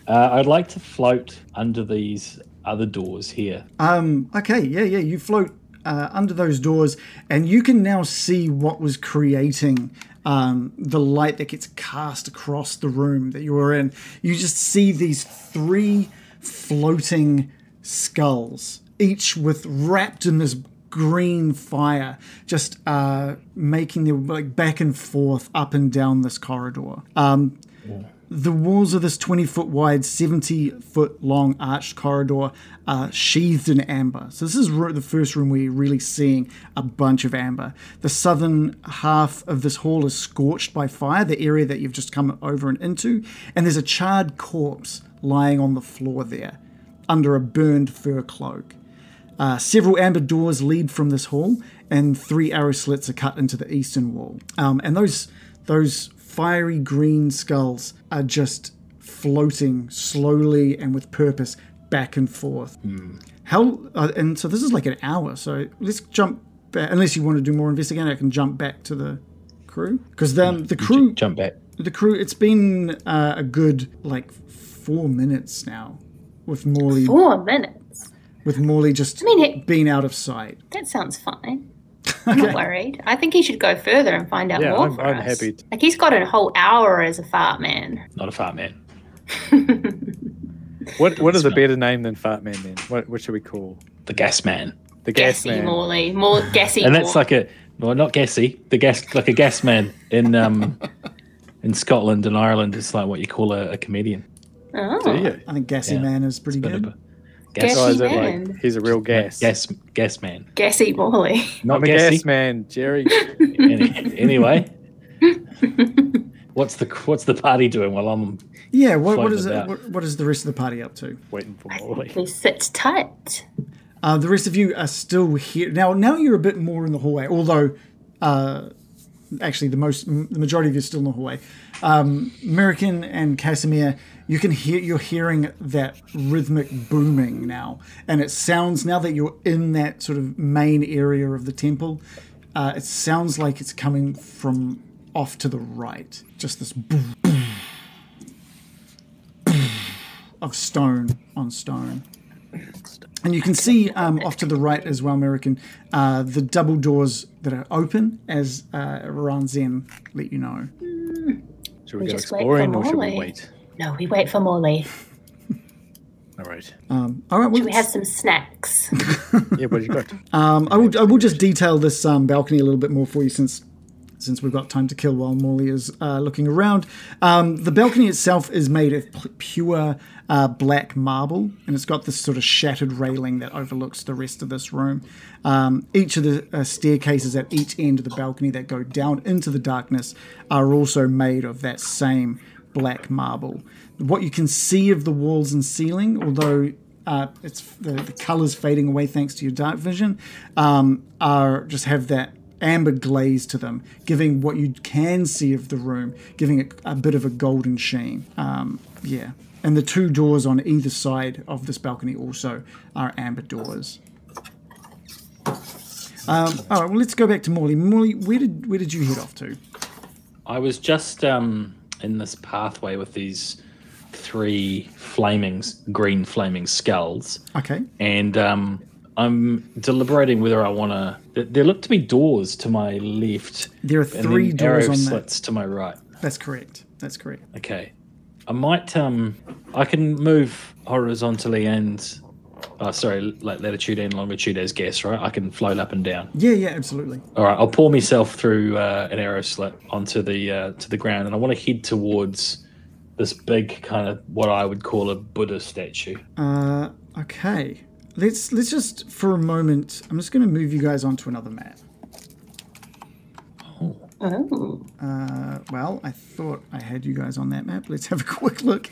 Uh, I'd like to float under these other doors here. Okay, yeah, yeah. You float uh, under those doors, and you can now see what was creating um, the light that gets cast across the room that you were in. You just see these three floating skulls, each with wrapped in this green fire, just uh, making their like back and forth up and down this corridor. Um, the walls of this 20 foot wide, 70 foot long arched corridor are sheathed in amber. So, this is re- the first room where you're really seeing a bunch of amber. The southern half of this hall is scorched by fire, the area that you've just come over and into, and there's a charred corpse lying on the floor there under a burned fur cloak. Uh, several amber doors lead from this hall, and three arrow slits are cut into the eastern wall. Um, and those those fiery green skulls are just floating slowly and with purpose back and forth. How uh, and so this is like an hour. So let's jump. Back, unless you want to do more investigating, I can jump back to the crew because the, the crew Jump back. the crew. It's been uh, a good like four minutes now with Morley Four minutes. with Morley just mean, it- being out of sight. That sounds fine. I'm not worried. I think he should go further and find out Yeah, more I'm- for I'm us. happy to- Like he's got a whole hour as a fart man. Not a fart man. What What is a better name than Fart Man? Then what What should we call The gas man. the Gas Gassy Man? Morley, more gassy. And that's Mor- like a well, not gassy. The gas like a gas man in um in Scotland and Ireland. It's like what you call a, a comedian. Do oh, you? I think Gassy Yeah. Man is pretty Bit of good. a gas, Oh, Gassy is it man. like he's a real gas? gas gas man. gassy Morley. I'm Not a gassy. gas man, Jerry. Any, anyway. What's the what's the party doing while I'm Yeah. What, what Floating is it, about. what, what is the rest of the party up to? Waiting for Morley. He sits tight. Uh, the rest of you are still here now. Now you're a bit more in the hallway, although. Uh, Actually, the most, m- the majority of you are still in the hallway. Um, American and Casimir, you can hear, you're hearing that rhythmic booming now, and it sounds now that you're in that sort of main area of the temple. Uh, it sounds like it's coming from off to the right, just this boom, boom, boom of stone on stone. And you can see um, off to the right as well, American, uh, the double doors that are open, as uh, Ran Zen let you know. Should we, We go just wait for exploring or should we Morley. wait? No, we wait for Morley. All right. All right, well, We have some snacks. Yeah, what you got? um, I, will, I will just detail this um, balcony a little bit more for you since since we've got time to kill while Morley is uh, looking around. Um, the balcony itself is made of p- pure uh, black marble, and it's got this sort of shattered railing that overlooks the rest of this room. Um, each of the uh, staircases at each end of the balcony that go down into the darkness are also made of that same black marble. What you can see of the walls and ceiling, although uh, it's the, the colors fading away thanks to your dark vision, um, are just have that amber glaze to them, giving what you can see of the room, giving it a bit of a golden sheen. Um, yeah. And the two doors on either side of this balcony also are amber doors. Um, all right, well, let's go back to Morley. Morley, where did where did you head off to? I was just um, in this pathway with these three flaming, green flaming skulls, Okay. and um, I'm deliberating whether I want to. There look to be doors to my left. There are and three then doors arrow on that. slits to my right. That's correct. That's correct. Okay, I might um, I can move horizontally and, oh, sorry, like latitude and longitude as gas, right? I can float up and down. Yeah, yeah, absolutely. All right, I'll pour myself through uh, an arrow slit onto the uh, to the ground, and I want to head towards this big kind of what I would call a Buddha statue. Okay. Let's let's just for a moment. I'm just going to move you guys onto another map. Oh, Well, I thought I had you guys on that map. Let's have a quick look.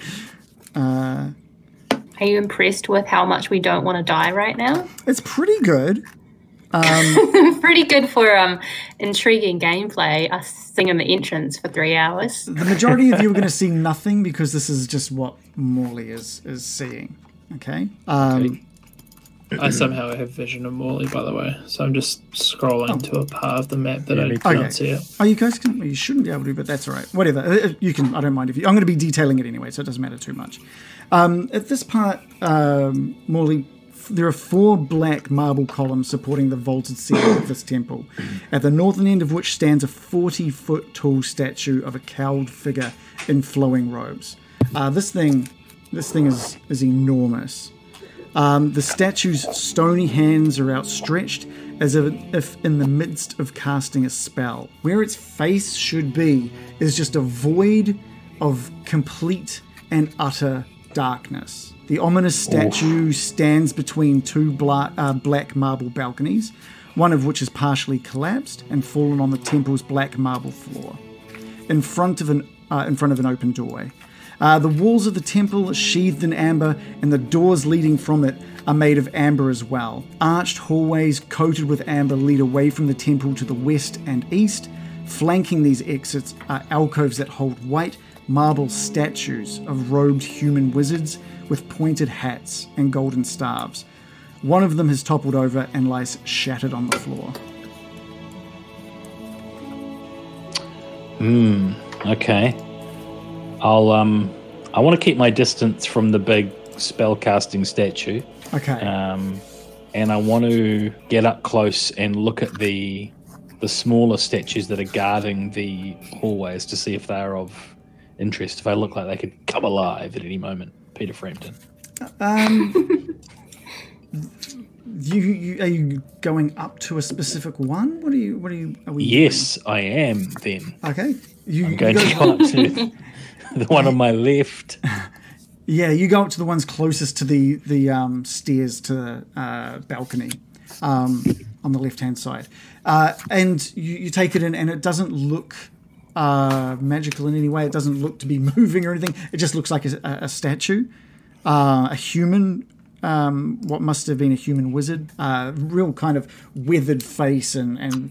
are you impressed with how much we don't want to die right now? It's pretty good. Pretty good for um, intriguing gameplay. Us singing the entrance for three hours. The majority of you are going to see nothing because this is just what Morley is is seeing. Okay. Um, I somehow have vision of Morley, by the way, so I'm just scrolling to a part of the map that I can't Okay. see it. Oh, you guys can. well, You shouldn't be able to, but that's all right. Whatever. Uh, uh, You can. I don't mind if you. I'm going to be detailing it anyway, so it doesn't matter too much. Um, at this part, um, Morley, f- there are four black marble columns supporting the vaulted ceiling of this temple, at the northern end of which stands a 40 foot tall statue of a cowled figure in flowing robes. Uh, this thing, this thing is is enormous. The statue's stony hands are outstretched as if, if in the midst of casting a spell. Where its face should be is just a void of complete and utter darkness. The ominous statue stands between two bla- uh, black marble balconies, one of which is partially collapsed and fallen on the temple's black marble floor in front of an uh, in front of an open doorway. Uh, the walls of the temple are sheathed in amber, and the doors leading from it are made of amber as well. Arched hallways coated with amber lead away from the temple to the west and east. Flanking these exits are alcoves that hold white marble statues of robed human wizards with pointed hats and golden staves. One of them has toppled over and lies shattered on the floor. Okay, I'll um, I want to keep my distance from the big spell casting statue, Okay. um, and I want to get up close and look at the the smaller statues that are guarding the hallways to see if they are of interest. If they look like they could come alive at any moment, Peter Frampton. You, you are you going up to a specific one? What are you? What are you? Are we? Yes, I am. Then Okay. You, you going go, to go up to the one on my left. yeah, you go up to the ones closest to the the um, stairs to the uh, balcony um, on the left hand side, uh, and you, you take it in, and it doesn't look uh, magical in any way. It doesn't look to be moving or anything. It just looks like a, a statue, uh, a human um, what must have been a human wizard. Uh, real kind of withered face and, and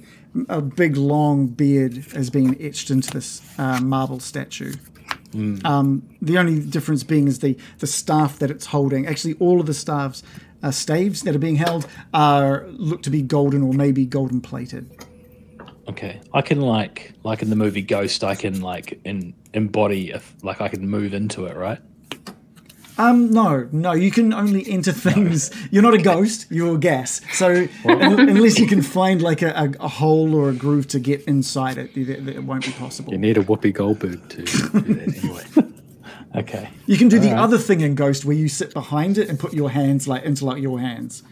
a big long beard has been etched into this uh, marble statue. Um, the only difference being is the, the staff that it's holding. Actually, all of the staffs, uh, staves that are being held are look to be golden or maybe golden plated. Okay, I can like like in the movie Ghost, I can like in, embody a, f- like I can move into it, right? No, no, you can only enter things. You're not a ghost, you're a gas. So un- unless you can find like a, a, a hole or a groove to get inside it, it, it won't be possible. You need a Whoopi Goldberg to do that anyway. Okay, You can do the other thing in Ghost where you sit behind it and put your hands like into like your hands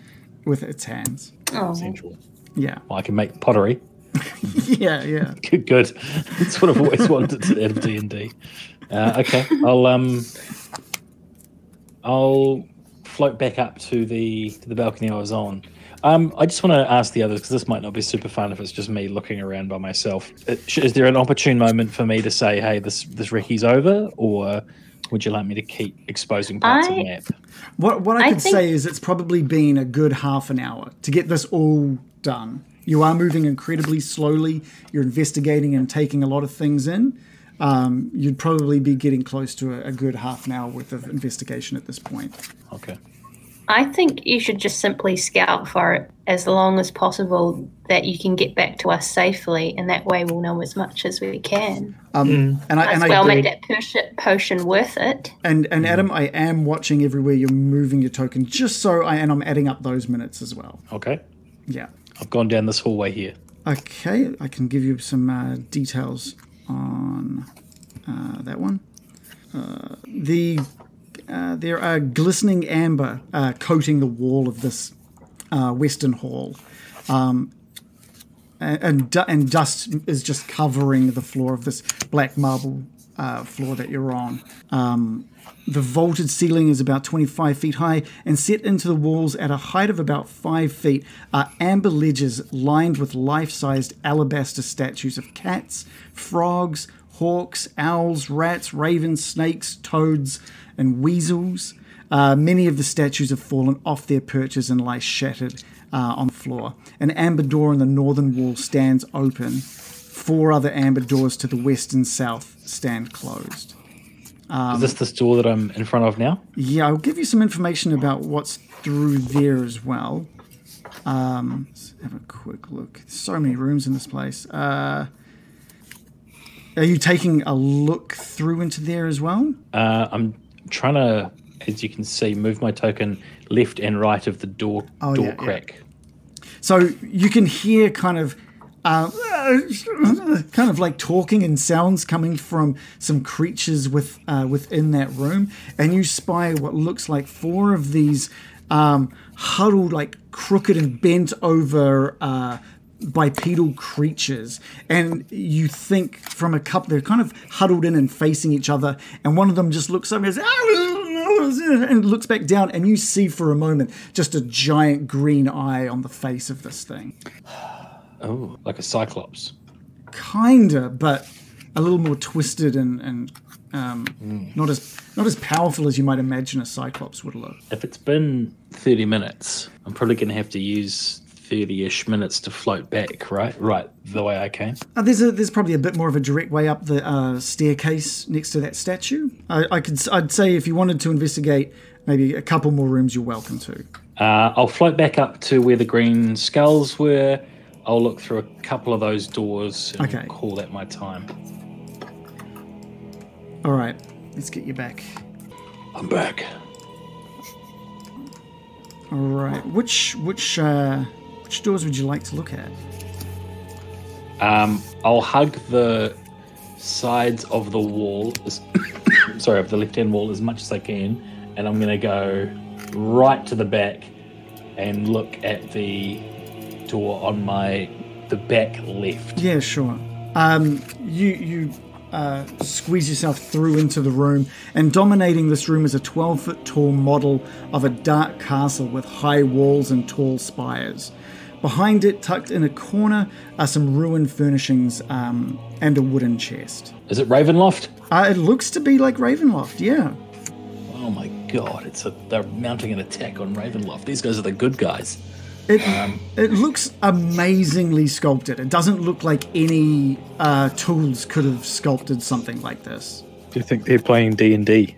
with its hands. Oh, Central. Yeah. Well, I can make pottery. Yeah, yeah. Good, good. That's what I've always wanted to out of D and D. Uh, Okay, I'll um, I'll float back up to the to the balcony I was on. Um, I just want to ask the others because this might not be super fun if it's just me looking around by myself. Uh, sh- Is there an opportune moment for me to say, "Hey, this this Ricky's over," or would you like me to keep exposing parts of I- the map? What what I I could think- say is it's probably been a good half an hour to get this all done. You are moving incredibly slowly. You're investigating and taking a lot of things in. Um, you'd probably be getting close to a, a good half an hour worth of investigation at this point. Okay. I think you should just simply scout for it as long as possible that you can get back to us safely, and that way we'll know as much as we can. Um, And I Might and as I well do- make that potion- potion worth it. And and Adam, I am watching everywhere you're moving your token, just so I and I'm adding up those minutes as well. Okay. Yeah. I've gone down this hallway here. Okay, I can give you some uh, details on uh, that one. Uh, the uh, there are glistening amber uh, coating the wall of this uh, western hall, um, and and, du- and dust is just covering the floor of this black marble uh, floor that you're on. The vaulted ceiling is about 25 feet high and set into the walls at a height of about 5 feet are amber ledges lined with life sized alabaster statues of cats, frogs, hawks, owls, rats, ravens, snakes, toads, and weasels. Uh, many of the statues have fallen off their perches and lie shattered uh, on the floor. An amber door in the northern wall stands open. Four other amber doors to the west and south stand closed. Is this this door that I'm in front of now? Yeah, I'll give you some information about what's through there as well. Um, let's have a quick look. So many rooms in this place. Uh, are you taking a look through into there as well? Uh, I'm trying to, as you can see, move my token left and right of the door Oh, door yeah, yeah. crack. So you can hear kind of. Uh, kind of like talking and sounds coming from some creatures with uh, within that room, and you spy what looks like four of these um, huddled, like crooked and bent over uh, bipedal creatures, and you think from a couple they're kind of huddled in and facing each other, and one of them just looks up and goes, and looks back down, and you see for a moment just a giant green eye on the face of this thing. Oh, like a cyclops. Kinda, but a little more twisted and, and um, not as not as powerful as you might imagine a cyclops would look. If it's been 30 minutes, I'm probably going to have to use 30-ish minutes to float back, right? Right, the way I came. Uh, there's a, there's probably a bit more of a direct way up the uh, staircase next to that statue. I, I could s- I'd say if you wanted to investigate maybe a couple more rooms, you're welcome to. Uh, I'll float back up to where the green skulls were. I'll look through a couple of those doors and Okay. call that my time. All right, let's get you back. I'm back. All right, which which uh, which doors would you like to look at? Um, I'll hug the sides of the wall, as, sorry, of the left-hand wall as much as I can, and I'm going to go right to the back and look at the door on my the back left. Yeah, sure. Um, you you uh, squeeze yourself through into the room, and dominating this room is a 12 foot tall model of a dark castle with high walls and tall spires. Behind it, tucked in a corner, are some ruined furnishings um, and a wooden chest. Is it Ravenloft? Uh, it looks to be like Ravenloft, yeah. Oh my god! It's a they're mounting an attack on Ravenloft. These guys are the good guys. It, it looks amazingly sculpted. It doesn't look like any uh, tools could have sculpted something like this. Do you think they're playing D and D?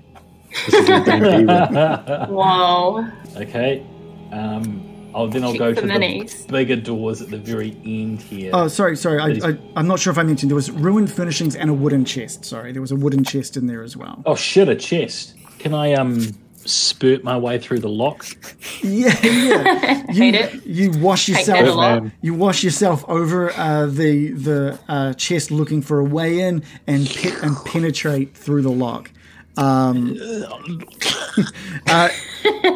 That's Whoa. Okay. Um, I'll then I'll Check go the to minis. the bigger doors at the very end here. Oh, sorry, sorry. I, I, I'm not sure if I mentioned there was ruined furnishings and a wooden chest. Sorry, there was a wooden chest in there as well. Oh shit, a chest. Can I um spurt my way through the lock? Yeah, yeah. You, it. you wash that a yourself. lot. You wash yourself over uh, the the uh, chest, looking for a way in, and pe- and penetrate through the lock. Um, uh,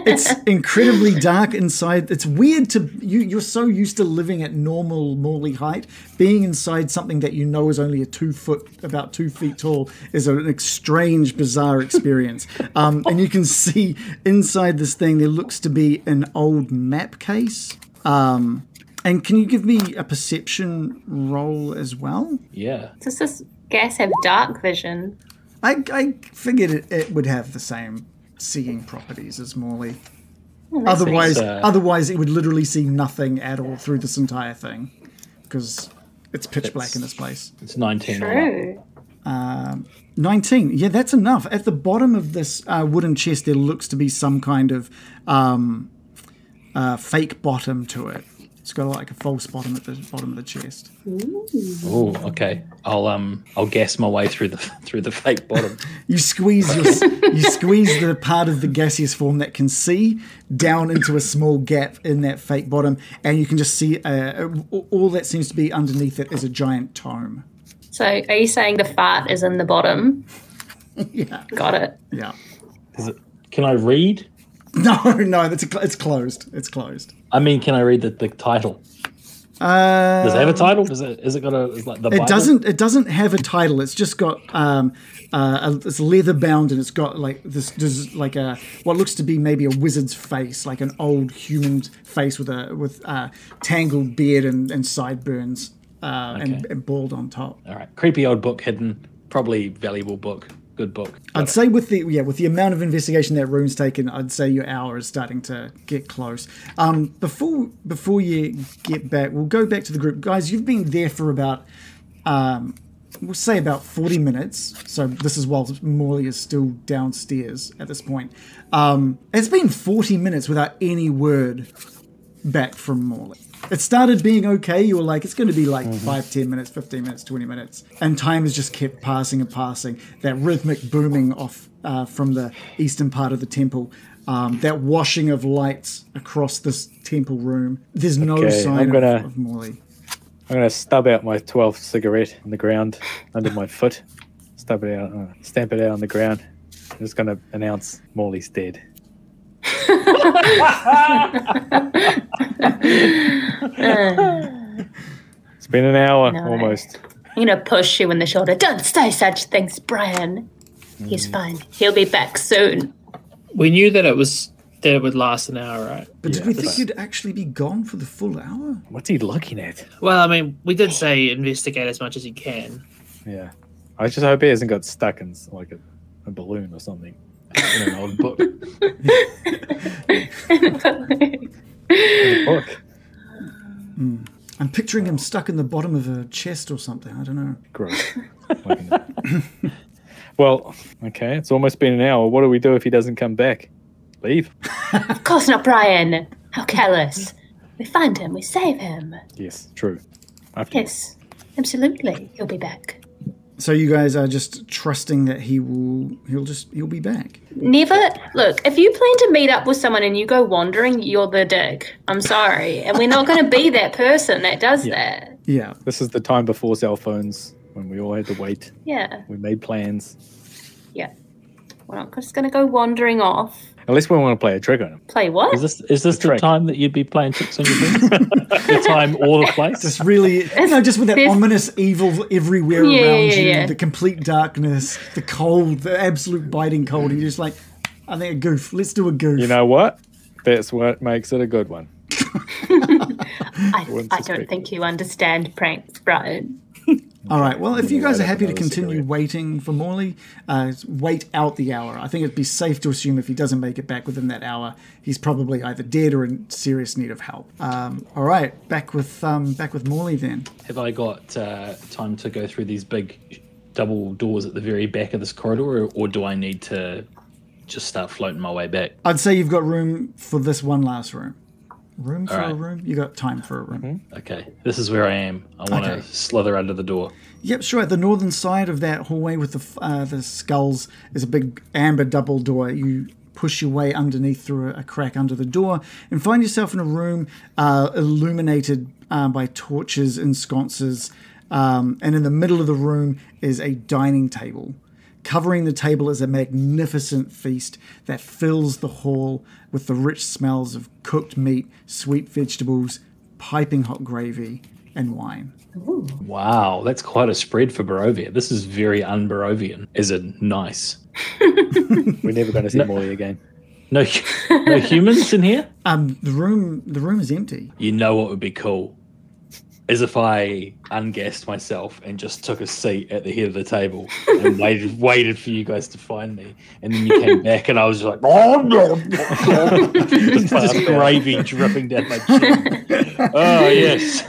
it's incredibly dark inside. It's weird to you. You're so used to living at normal Morley height. Being inside something that you know is only a two foot, about two feet tall, is an ex- strange, bizarre experience. Um, and you can see inside this thing there looks to be an old map case. Um, and can you give me a perception roll as well? Yeah. Does this gas have dark vision? I, I figured it, it would have the same seeing properties as Morley. otherwise, nice. Uh, otherwise it would literally see nothing at all through this entire thing because it's pitch black in this place. It's nineteen. all up. True. 19. Yeah, that's enough. At the bottom of this uh, wooden chest, there looks to be some kind of um, uh, fake bottom to it. It's got like a false bottom at the bottom of the chest. Oh, okay. I'll um, I'll gas my way through the through the fake bottom. You squeeze your, you squeeze the part of the gaseous form that can see down into a small gap in that fake bottom, and you can just see uh, all that seems to be underneath it is a giant tome. So, are you saying the fart is in the bottom? Yeah, Got it. yeah. Is it, can I read? No, no, that's a, cl- it's closed. It's closed. I mean, can I read the, the title? Uh, Does it have a title? Is it is it got a is like the It doesn't. It doesn't have a title. It's just got um, uh, a- it's leather bound and it's got like this, this like a what looks to be maybe a wizard's face, like an old human face with a with uh, tangled beard and, and sideburns uh, and, Okay. and bald on top. All right, creepy old book hidden. Probably valuable book. Good book. I'd say with the yeah with the amount of investigation that room's taken, I'd say your hour is starting to get close. Um, before before you get back, we'll go back to the group, guys. You've been there for about um, we'll say about forty minutes. So this is while Morley is still downstairs at this point. Um, it's been forty minutes without any word back from Morley. It started being okay. You were like, it's going to be like Mm-hmm. five, ten minutes, 15 minutes, 20 minutes. And time has just kept passing and passing. That rhythmic booming off uh, from the eastern part of the temple, um, that washing of lights across this temple room. There's no Okay, sign I'm of- gonna- of, Morley. I'm gonna stub out my twelfth cigarette on the ground under my foot. Stub it out, uh, stamp it out on the ground. I'm just gonna announce Morley's dead. Uh, it's been an hour No. almost. I'm gonna push you in the shoulder. Don't say such things, Brian. Mm. He's fine. He'll be back soon. We knew that it was that it would last an hour, right? But did we think you'd actually be gone for the full hour? What's he looking at? Well, I mean, we did say investigate as much as you can. Yeah, I just hope he hasn't got stuck in s- like a, a balloon or something. In an old book. A book. I'm picturing him stuck in the bottom of a chest or something. I don't know. Gross. well, okay, it's almost been an hour. What do we do if he doesn't come back? Leave. Of course not, Brian. How careless. We find him. We save him. Yes, true. After Yes, absolutely. He'll be back. So you guys are just trusting that he will. He'll just. He'll be back. Never look. If you plan to meet up with someone and you go wandering, you're the dick. I'm sorry, and we're not going to be that person that does that. Yeah. This is the time before cell phones when we all had to wait. Yeah, We made plans. yeah. We're not just going to go wandering off. Unless we want to play a trick on him. Play what? Is this is this the trick. time that you'd be playing tricks on your friends? the time or the place? Just really, you know, just with that there's- ominous evil everywhere Yeah, around yeah, you, yeah. the complete darkness, the cold, the absolute biting cold, and you're just like, I think a goof. Let's do a goof. You know what? That's what makes it a good one. I, I don't suspect think you understand pranks, Brian. All right. Well, if you guys are light up happy to another continue cigarette. waiting for Morley, uh, wait out the hour. I think it'd be safe to assume if he doesn't make it back within that hour, he's probably either dead or in serious need of help. Um, all right. Back with um, back with Morley then. Have I got uh, time to go through these big double doors at the very back of this corridor, or, or do I need to just start floating my way back? I'd say you've got room for this one last room. Room for a right. room. You got time for a room. Okay, this is where I am. I want to Okay. slither under the door. Yep, sure. At the northern side of that hallway with the f- uh, the skulls is a big amber double door. You push your way underneath through a, a crack under the door and find yourself in a room uh, illuminated uh, by torches and sconces. Um, and in the middle of the room is a dining table. Covering the table is a magnificent feast that fills the hall with the rich smells of cooked meat, sweet vegetables, piping hot gravy, and wine. Wow, that's quite a spread for Barovia. This is very un-Barovian, as in nice. We're never going to see Morley again. No, hu- no humans in here. Um, the room the room is empty. You know what would be cool is if I ungassed myself and just took a seat at the head of the table and waited waited for you guys to find me, and then you came back and I was like, oh no, just, just gravy dripping down my chin. oh yes,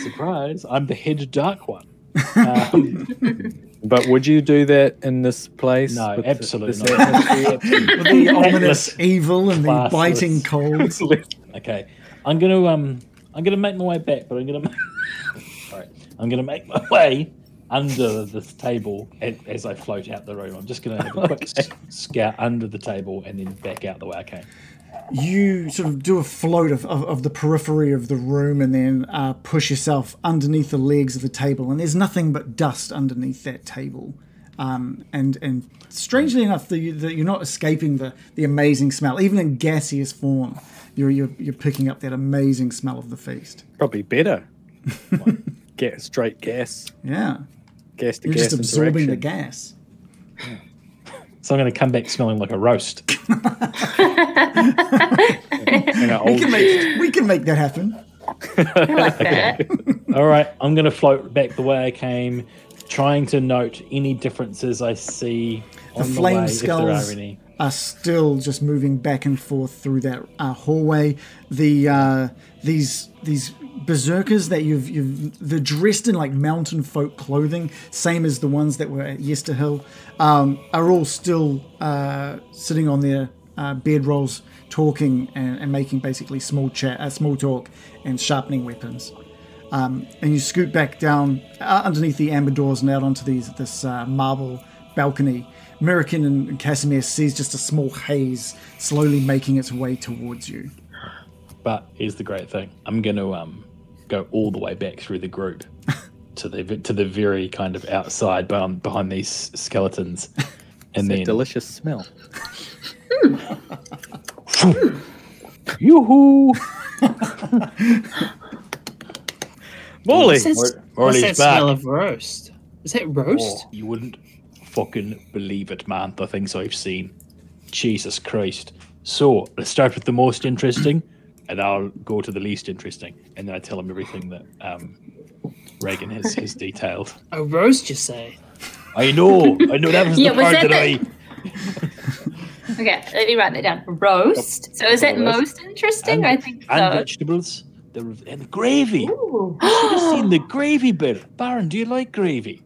surprise! I'm the head dark one. But would you do that in this place? No, with absolutely this not. atmosphere? With the ominous Atlas evil and the classless. biting cold. Okay, I'm gonna um, I'm gonna make my way back, but I'm gonna, all right, I'm gonna make my way under this table a- as I float out the room. I'm just gonna have a quick s- scout under the table and then back out the way I came. you sort of do a float of, of, of the periphery of the room and then uh, push yourself underneath the legs of the table and there's nothing but dust underneath that table um, and and strangely enough the, the, you're not escaping the, the amazing smell even in gaseous form you're, you're, you're picking up that amazing smell of the feast Probably better. Get straight gas, yeah gas to you're gas just absorbing the interaction. gas So I'm gonna come back smelling like a roast. And an old- we can make that happen I like that. All right, I'm going to float back the way I came, trying to note any differences I see the on the, way, flame if there skulls are any. are still just moving back and forth through that uh, hallway. The uh, these these berserkers that you've you've they're dressed in like mountain folk clothing, same as the ones that were at Yesterhill, um, are all still uh, sitting on their uh, bedrolls, talking and, and making basically small chat, uh, small talk, and sharpening weapons and you scoot back down uh, underneath the amber doors and out onto these this uh, marble balcony. Merrikin and Casimir sees just a small haze slowly making its way towards you. But here's the great thing: I'm going to um go all the way back through the group to the to the very kind of outside behind, behind these skeletons, and It's a then delicious smell. yoo-hoo, Molly, What's that, what's Morley's that back. smell of roast? Is that roast? Oh, you wouldn't fucking believe it, man, the things I've seen. Jesus Christ. So, let's start with the most interesting, and I'll go to the least interesting. And then I tell him everything that um, Reagan has, has detailed. A roast, you say? I know, I know that was Yeah, the was part that that, the- I. Okay, let me write that down. Roast. So is that most interesting? And, I think and so. vegetables. There was, and gravy. Ooh. I've seen the gravy bit. Baron, do you like gravy?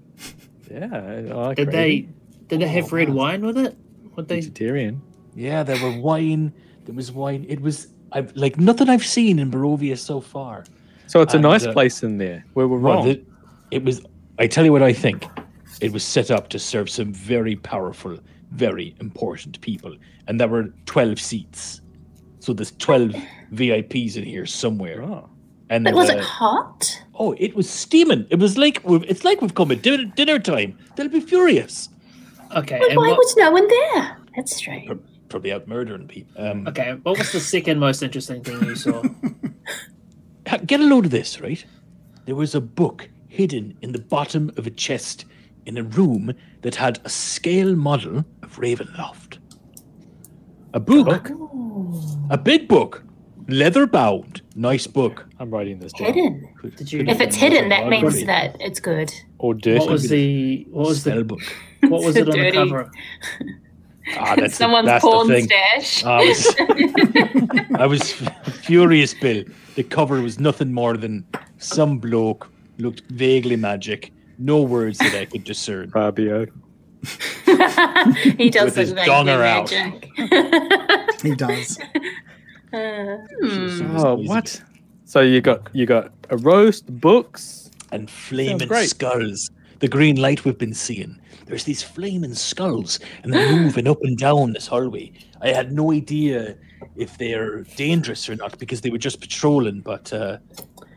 Yeah, I like Did gravy. they did they have Oh, red wine with it? What they vegetarian. Yeah, there were wine. There was wine. It was I've, like nothing I've seen in Barovia so far. Oh. So it's a And, nice uh, place in there. We were Well, wrong. the- it was. I tell you what I think. It was set up to serve some very powerful, very important people, and there were twelve seats. So there's twelve VIPs in here somewhere. Oh. And But was the- it hot? Oh, it was steaming. It was like we've- it's like we've come at dinner, dinner time. They'll be furious. okay? But And why what, was no one there? That's strange. Probably out murdering people. Um, okay, what was the second most interesting thing you saw? Ha- Get a load of this, right? There was a book hidden in the bottom of a chest in a room that had a scale model of Ravenloft. A book, a big book, leather bound, nice book. I'm writing this down. Hidden. Did you? If it's hidden, that means that it's good. Or dirty. What was the what was Spell the book. what was it on the Dirty. cover? Ah, that's the- Someone's that's the porn thing. Uh, stash. I was, I was furious, Bill. The cover was nothing more than some bloke looked vaguely magic. No words that I could discern. Fabio. he does look with his vaguely donger out. magic. He does. Oh, what? So you got you got a roast, books. and flaming great. skulls. The green light we've been seeing. There's these flaming skulls, and they're moving up and down this hallway. I had no idea if they're dangerous or not because they were just patrolling. But uh,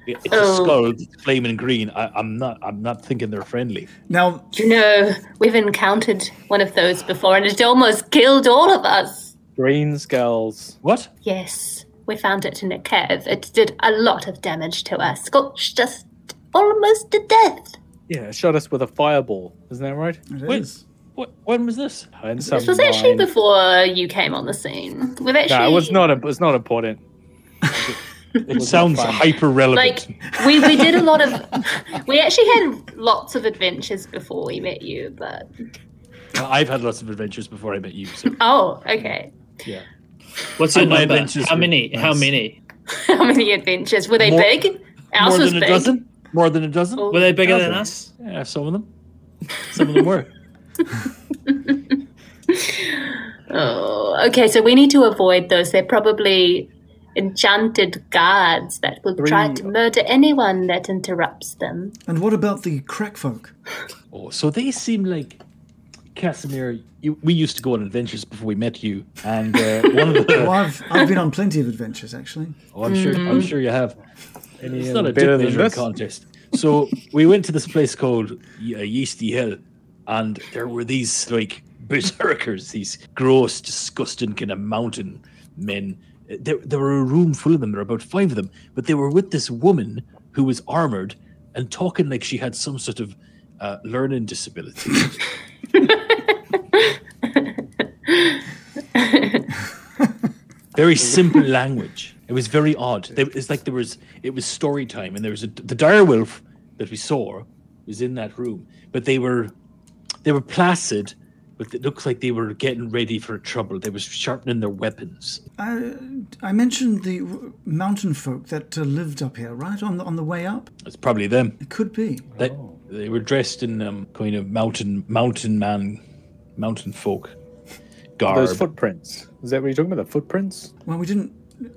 it- it's Oh. a skull, it's flaming green. I, I'm not. I'm not thinking they're friendly. Now, You know, we've encountered one of those before and it almost killed all of us. Green skulls. What? Yes, we found it in a cave. It did a lot of damage to us. Scorched us almost to death. Yeah, shot us with a fireball. Isn't that right? it Wait. is. What? When was this? And some This was actually wine. before you came on the scene. We've actually. No, it was not. It was not important. It sounds hyper relevant. Like we, we did a lot of we actually had lots of adventures before we met you, but I've had lots of adventures before I met you. So oh, okay. yeah. What's your And my number? adventures How were many? How nice. many? How many adventures were they More- big? Ours More was than a big. dozen. More than a dozen? Were they bigger than us? Yeah, some of them. Some of them were. Oh, okay, so we need to avoid those. They're probably enchanted guards that will try to murder anyone that interrupts them. And what about the crack folk? Oh, so they seem like Casimir. You, we used to go on adventures before we met you, and uh, one of Well, the. I've, I've been on plenty of adventures, actually. Oh, I'm sure. Mm-hmm. I'm sure you have. it's not a better dick than measuring this? contest. So we went to this place called Ye- uh, Yeasty Hill, and there were these like berserkers, these gross, disgusting kind of mountain men. Uh, There, there were a room full of them. There were about five of them, but they were with this woman who was armored and talking like she had some sort of uh, learning disability. very simple language. It was very odd. They, it's like there was it was story time, and there was a, the direwolf that we saw was in that room, but they were they were placid, but it looked like they were getting ready for trouble. They were sharpening their weapons. I mentioned the r- mountain folk that uh, lived up here, right? On the, on the way up? It's probably them. It could be. They, they were dressed in um, kind of mountain mountain man, mountain folk garb. Those footprints. Is that what you're talking about? The footprints? Well, we didn't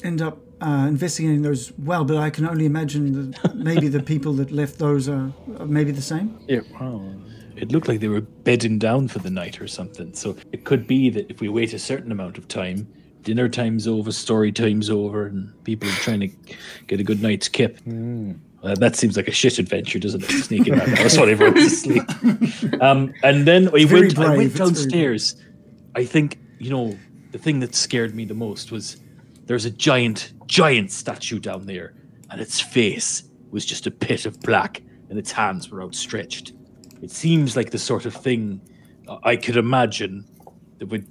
end up uh, investigating those well, but I can only imagine that maybe the people that left those are are maybe the same. Yeah. Oh. it looked like they were bedding down for the night or something. So it could be that if we wait a certain amount of time, dinner time's over, story time's over, and people are trying to get a good night's kip. Hmm. Uh, that seems like a shit adventure, doesn't it? Sneaking around house while everyone's asleep. Um, and then very I went, I brave, went it's very brave. downstairs. I think, you know, the thing that scared me the most was there's a giant, giant statue down there, and its face was just a pit of black, and its hands were outstretched. It seems like the sort of thing I could imagine that would,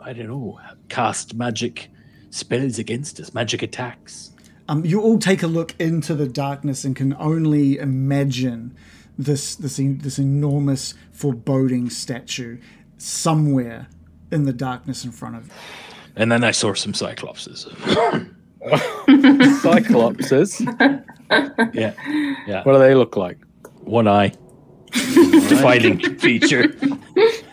I don't know, cast magic spells against us, magic attacks. Um, you all take a look into the darkness and can only imagine this this en- this enormous foreboding statue somewhere in the darkness in front of you. And then I saw some cyclopses. Cyclopses. yeah, yeah. what do they look like? one eye defining feature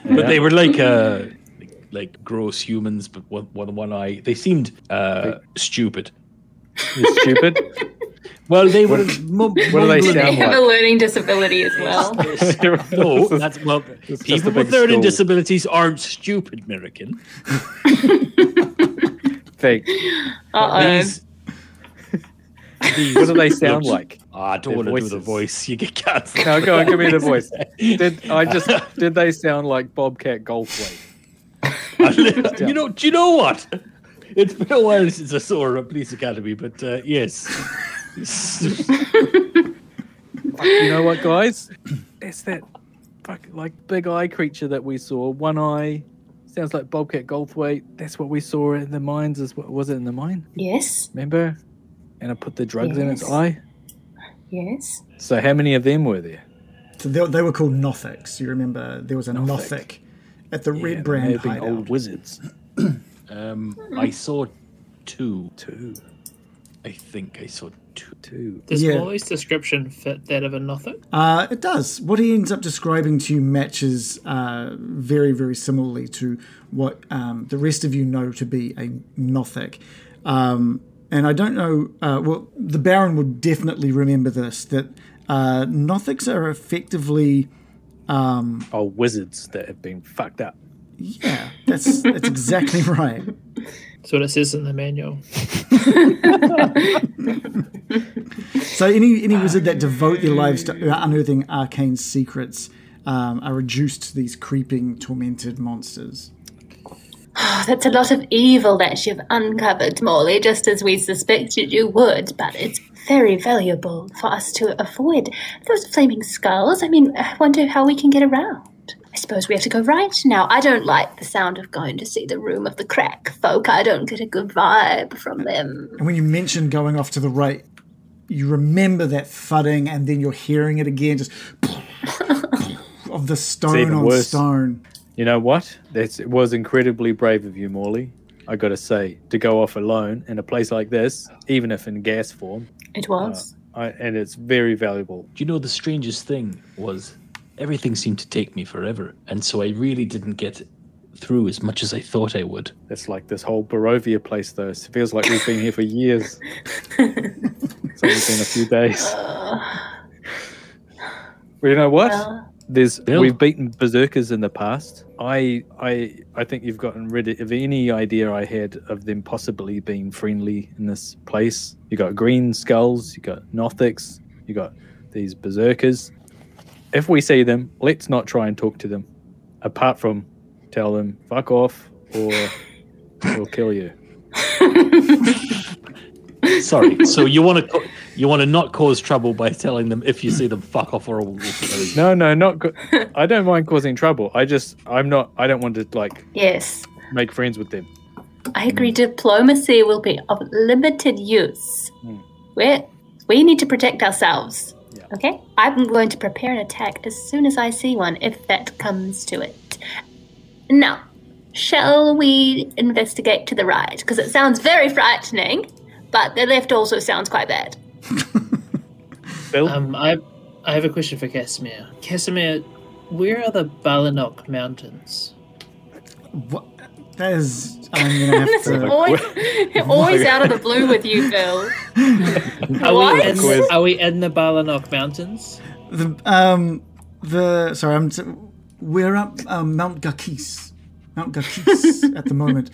but they were like uh like, like gross humans but one one, one eye they seemed uh stupid You stupid. well they were what do they They sound have a learning disability as well. no This is- that's well is just people a with big learning skull. disabilities aren't stupid american fake. Uh oh. these, these What do they sound looked- like? Ah, i don't Their want to do the voices. voice you get cancelled No, go on, give me the voice. Did I just did they sound like Bobcat Goldthwait? you know do you know what it's been a while since i saw a police academy but uh, yes You know what, guys? It's that fuck, like big eye creature that we saw. One eye sounds like Bobcat Goldthwait. That's what we saw in the mines. Is what was it in the mine? Yes, Remember? And I put the drugs in its Yes. eye. yes. So how many of them were there? So they, they were called Nothics. You remember there was a Nothic at the Yeah, Red they may Brand have been hideout. old wizards. Um, I saw two. Two, I think I saw two. two. Does Yeah. Molly's description fit that of a Nothic? Uh, it does. What he ends up describing to you matches uh, very, very similarly to what um, the rest of you know to be a Nothic. Um, and I don't know, uh, well, the Baron would definitely remember this that uh, Nothics are effectively, Oh, wizards that have been fucked up. yeah, that's, that's exactly right. That's what it says in the manual. So any any wizard that devote their lives to unearthing arcane secrets um, are reduced to these creeping, tormented monsters. Oh, that's a lot of evil that you've uncovered, Morley, just as we suspected you would, but it's very valuable for us to avoid. Those flaming skulls, I mean, I wonder how we can get around. I suppose we have to go right now. I don't like the sound of going to see the room of the crack folk. I don't get a good vibe from them. And when you mention going off to the right, you remember that thudding, and then you're hearing it again, just of the stone even on worse. stone. You know what? That's, it was incredibly brave of you, Morley. I gotta say, to go off alone in a place like this, even if in gas form, It was. I, and it's very valuable. Do you know the strangest thing was everything seemed to take me forever, and so I really didn't get through as much as I thought I would. It's like this whole Barovia place, though. It feels like we've been here for years. it's only been a few days. Well, you know what? There's Bill? we've beaten berserkers in the past. I I I think you've gotten rid of any idea I had of them possibly being friendly in this place. You got green skulls, you got Nothics, you got these berserkers. If we see them, let's not try and talk to them. Apart from tell them fuck off or we'll kill you. Sorry. so you want to you want to not cause trouble by telling them if you see them fuck off or we'll kill you. No, no, not good. I don't mind causing trouble. I just I'm not I don't want to like Yes, make friends with them. I agree. Diplomacy will be of limited use. We we need to protect ourselves. Okay, I'm going to prepare an attack as soon as I see one, if that comes to it. Now, shall we investigate to the right? Because it sounds very frightening, but the left also sounds quite bad. Bill? Um, I I have a question for Casimir. Casimir, where are the Balanok Mountains? What? That is. I'm gonna have It's to. always, always out of the blue with you, Bill. Are What? we in, are we in the Balanok Mountains? The, um, the sorry, I'm. T- we're up um, Mount Gakis, Mount Gakis at the moment.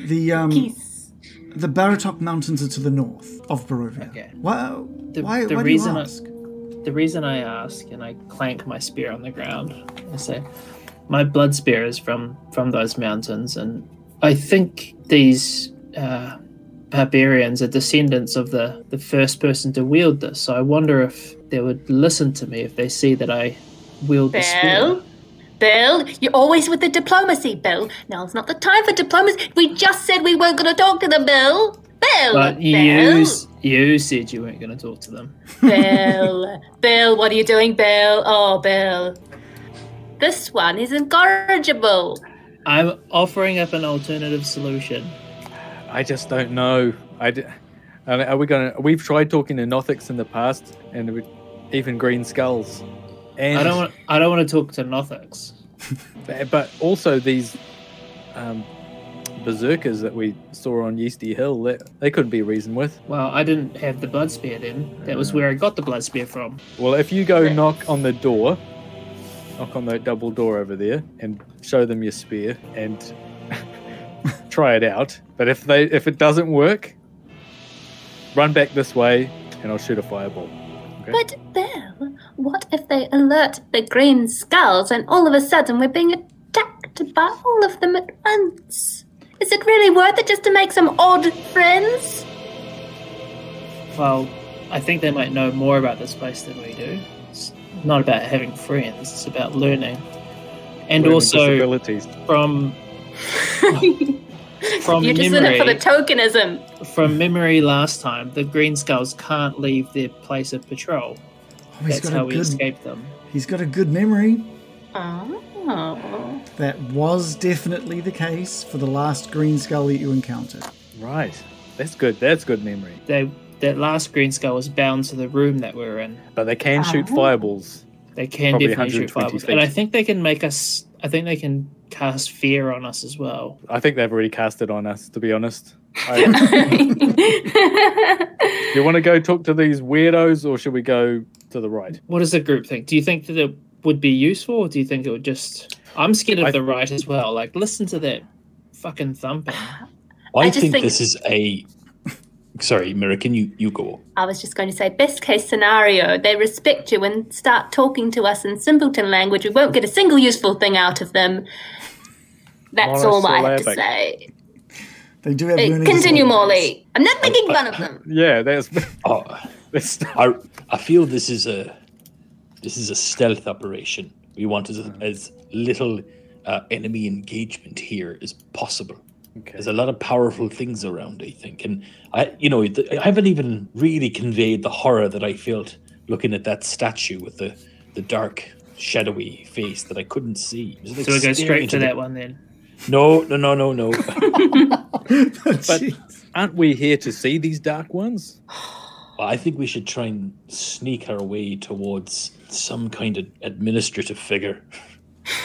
The um, Peace. the Baratok Mountains are to the north of Barovia. Okay. Why? The, why? the why reason do I- you ask? Oh, the reason I ask, and I clank my spear on the ground, I say, my blood spear is from from those mountains, and I think these uh, barbarians are descendants of the the first person to wield this. So I wonder if they would listen to me if they see that I wield the spear. Bill? Bill, you're always with the diplomacy, Bill. Now's not the time for diplomacy. We just said we weren't going to talk to them, Bill. Bill, But you Bill, s- you said you weren't going to talk to them. Bill, Bill, what are you doing, Bill? Oh, Bill, this one is incorrigible. I'm offering up an alternative solution. I just don't know. I d- and are we gonna? We've tried talking to Nothics in the past, and we, even Green Skulls. And I don't want I don't want to talk to Nothics. but also these um, berserkers that we saw on Yeasty Hill. They, they couldn't be reasoned with. Well, I didn't have the blood spear then. That was where I got the blood spear from. Well, if you go knock on the door, knock on that double door over there, and show them your spear and try it out. But if they if it doesn't work, run back this way, and I'll shoot a fireball. But Bill, what if they alert the green skulls and all of a sudden we're being attacked by all of them at once? Is it really worth it just to make some odd friends? Well, I think they might know more about this place than we do. It's not about having friends, it's about learning. And Learning also disabilities. from from You're just in it for the memory tokenism. from memory last time, the green skulls can't leave their place of patrol. Oh, he's That's got how a we good. escape them. He's got a good memory. Oh. That was definitely the case for the last green skull that you encountered. Right. That's good. That's good memory. They that last green skull was bound to the room that we are in. But they can shoot Uh-huh. fireballs. They can Probably definitely shoot 120 fireballs. feet. And I think they can make us I think they can cast fear on us as well. I think they've already cast it on us, to be honest. I, you want to go talk to these weirdos, or should we go to the right? What does the group think? Do you think that it would be useful, or do you think it would just? I'm scared of I- the right as well. Like, listen to that fucking thumping. I, I just think, think- this is a. Sorry, American, you you go. I was just going to say, best case scenario, they respect you and start talking to us in simpleton language. We won't get a single useful thing out of them. That's all I have to Monosyllabic. say. They do have. Hey, learning continue, disabilities. Morley. I'm not making fun of them. Yeah, that's. Oh, that's not- I I feel this is a this is a stealth operation. We want as, as little uh, enemy engagement here as possible. okay. There's a lot of powerful things around, I think, and I, you know, th- I haven't even really conveyed the horror that I felt looking at that statue with the the dark, shadowy face that I couldn't see. It was like So we go staring straight into to the- that one then. No, no, no, no, no. But Aren't we here to see these dark ones? Well, I think we should try and sneak our way towards some kind of administrative figure.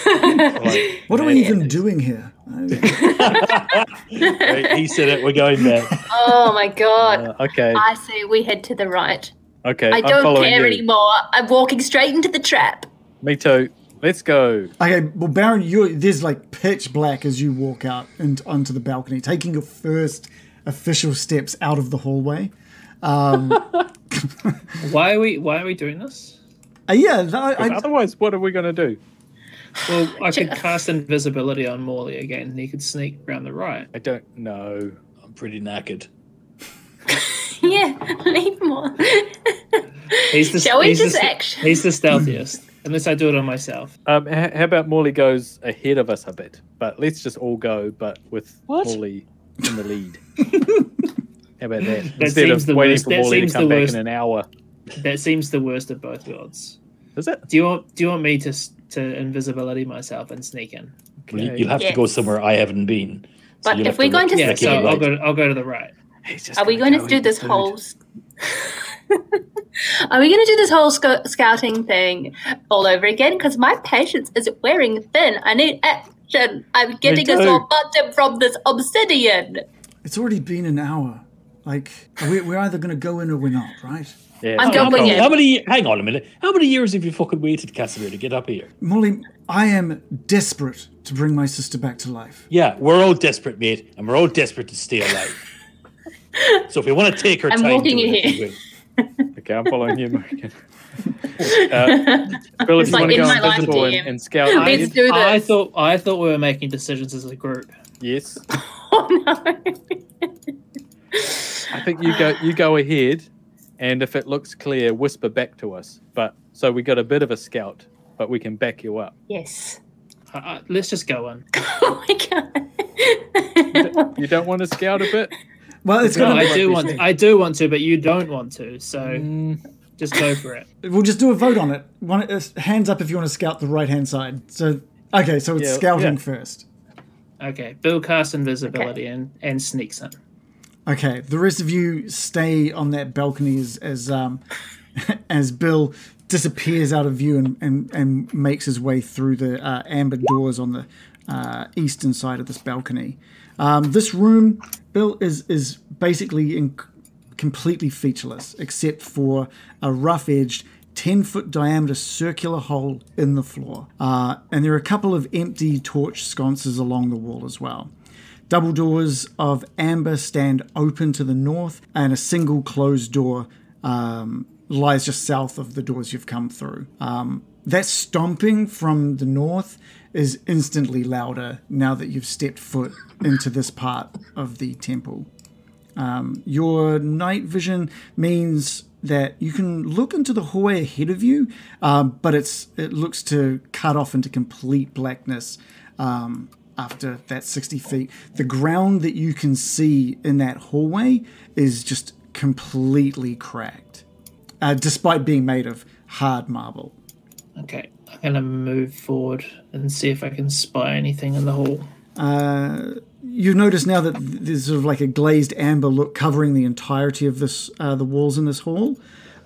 Like, What are we even doing here? right, he said it. We're going there. Oh my god. Uh, okay. I say we head to the right. Okay. I I'm don't following care you. anymore. I'm walking straight into the trap. Me too. Let's go. Okay, well, Baron, you there's like pitch black as you walk out and onto the balcony, taking your first official steps out of the hallway. Why are we? Why are we doing this? Uh, yeah, th- I, I, Otherwise, what are we going to do? Well, I could cast invisibility on Morley again, and he could sneak around the right. I don't know. I'm pretty knackered. Yeah, leave more. He's the, Shall we he's just the, action? He's the stealthiest, unless I do it on myself. Um, h- how about Morley goes ahead of us a bit? But let's just all go, but with Morley in the lead. how about that? Instead seems of the waiting worst- for that Morley to seems the come back worst. in an hour, That seems the worst of both worlds. is it? Do you want? Do you want me to s- to invisibility myself and sneak in? Well, you- Okay. You'll have to go Yes. somewhere I haven't been. So But you'll if have we're look- going to Yeah, Like so you look I'll would right. go. I'll go to the right. He's just Are we going gonna go to do eat this food. whole? s- Are we going to do this whole sco- scouting thing all over again? Because my patience is wearing thin. I need action. I'm getting us too. all button from this obsidian. it's already been an hour. Like, we, we're either going to go in or we're not, right? Yeah, I'm it's going cold. in. How many? Hang on a minute. How many years have you fucking waited, Casimir, to get up here? Molly, I am desperate to bring my sister back to life. Yeah, we're all desperate, mate, and we're all desperate to stay alive. so if we want to take her I'm time, walking do you it, here. we will. Okay, I'm following you, Morgan. uh, Bill, if you It's like want to in go my life invisible and, DM. and scout, Let's ahead, do this. I thought I thought we were making decisions as a group. yes, Oh no! I think you go you go ahead, and if it looks clear, whisper back to us. But so we got a bit of a scout, but we can back you up. Yes. I, I, Uh, let's just go in. Oh my god. You don't want to scout a bit? Well, it's No, going I to do want. I do want to, but you don't want to. So Mm, just go for it. We'll just do a vote on it. One, uh, hands up if you want to scout the right hand side. So, okay, so it's Yeah, scouting yeah. first. Okay. Bill casts invisibility and and sneaks in. Okay, the rest of you stay on that balcony as as um, as Bill disappears out of view and, and, and makes his way through the uh, amber doors on the uh, eastern side of this balcony. Um, this room, Bill, is is basically in, completely featureless except for a rough edged. 10 foot diameter circular hole in the floor. Uh, and there are a couple of empty torch sconces along the wall as well. Double doors of amber stand open to the north, and a single closed door um, lies just south of the doors you've come through. Um, that stomping from the north is instantly louder now that you've stepped foot into this part of the temple. Um, your night vision means that you can look into the hallway ahead of you, um, but it's it looks to cut off into complete blackness um, after that 60 feet. The ground that you can see in that hallway is just completely cracked, uh, despite being made of hard marble. Okay. I'm gonna move forward and see if I can spy anything in the hall. you notice now that there's sort of like a glazed amber look covering the entirety of this uh, the walls in this hall.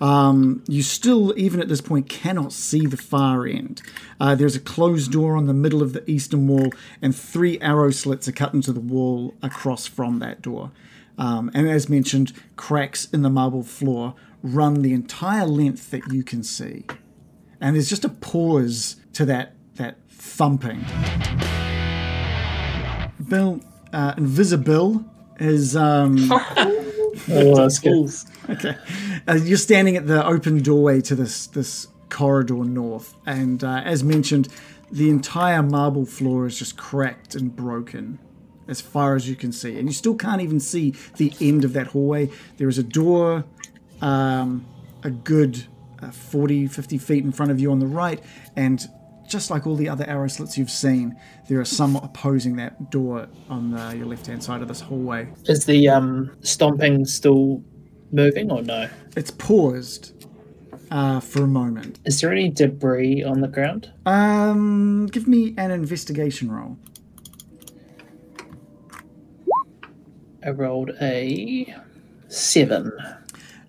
Um, you still, even at this point, cannot see the far end. Uh, there's a closed door on the middle of the eastern wall, and three arrow slits are cut into the wall across from that door. Um, and as mentioned, cracks in the marble floor run the entire length that you can see. And there's just a pause to that that thumping. Bill, uh, Invisibil is. Um, Oh, okay. Uh, you're standing at the open doorway to this this corridor north, and uh, as mentioned, the entire marble floor is just cracked and broken. As far as you can see, and you still can't even see the end of that hallway. There is a door, um, a good uh, 40, 50 feet in front of you on the right, and just like all the other arrow slits you've seen, there are some opposing that door on the, your left hand side of this hallway. Is the um stomping still moving or no? It's paused uh, for a moment. Is there any debris on the ground? Um, give me an investigation roll. I rolled a seven.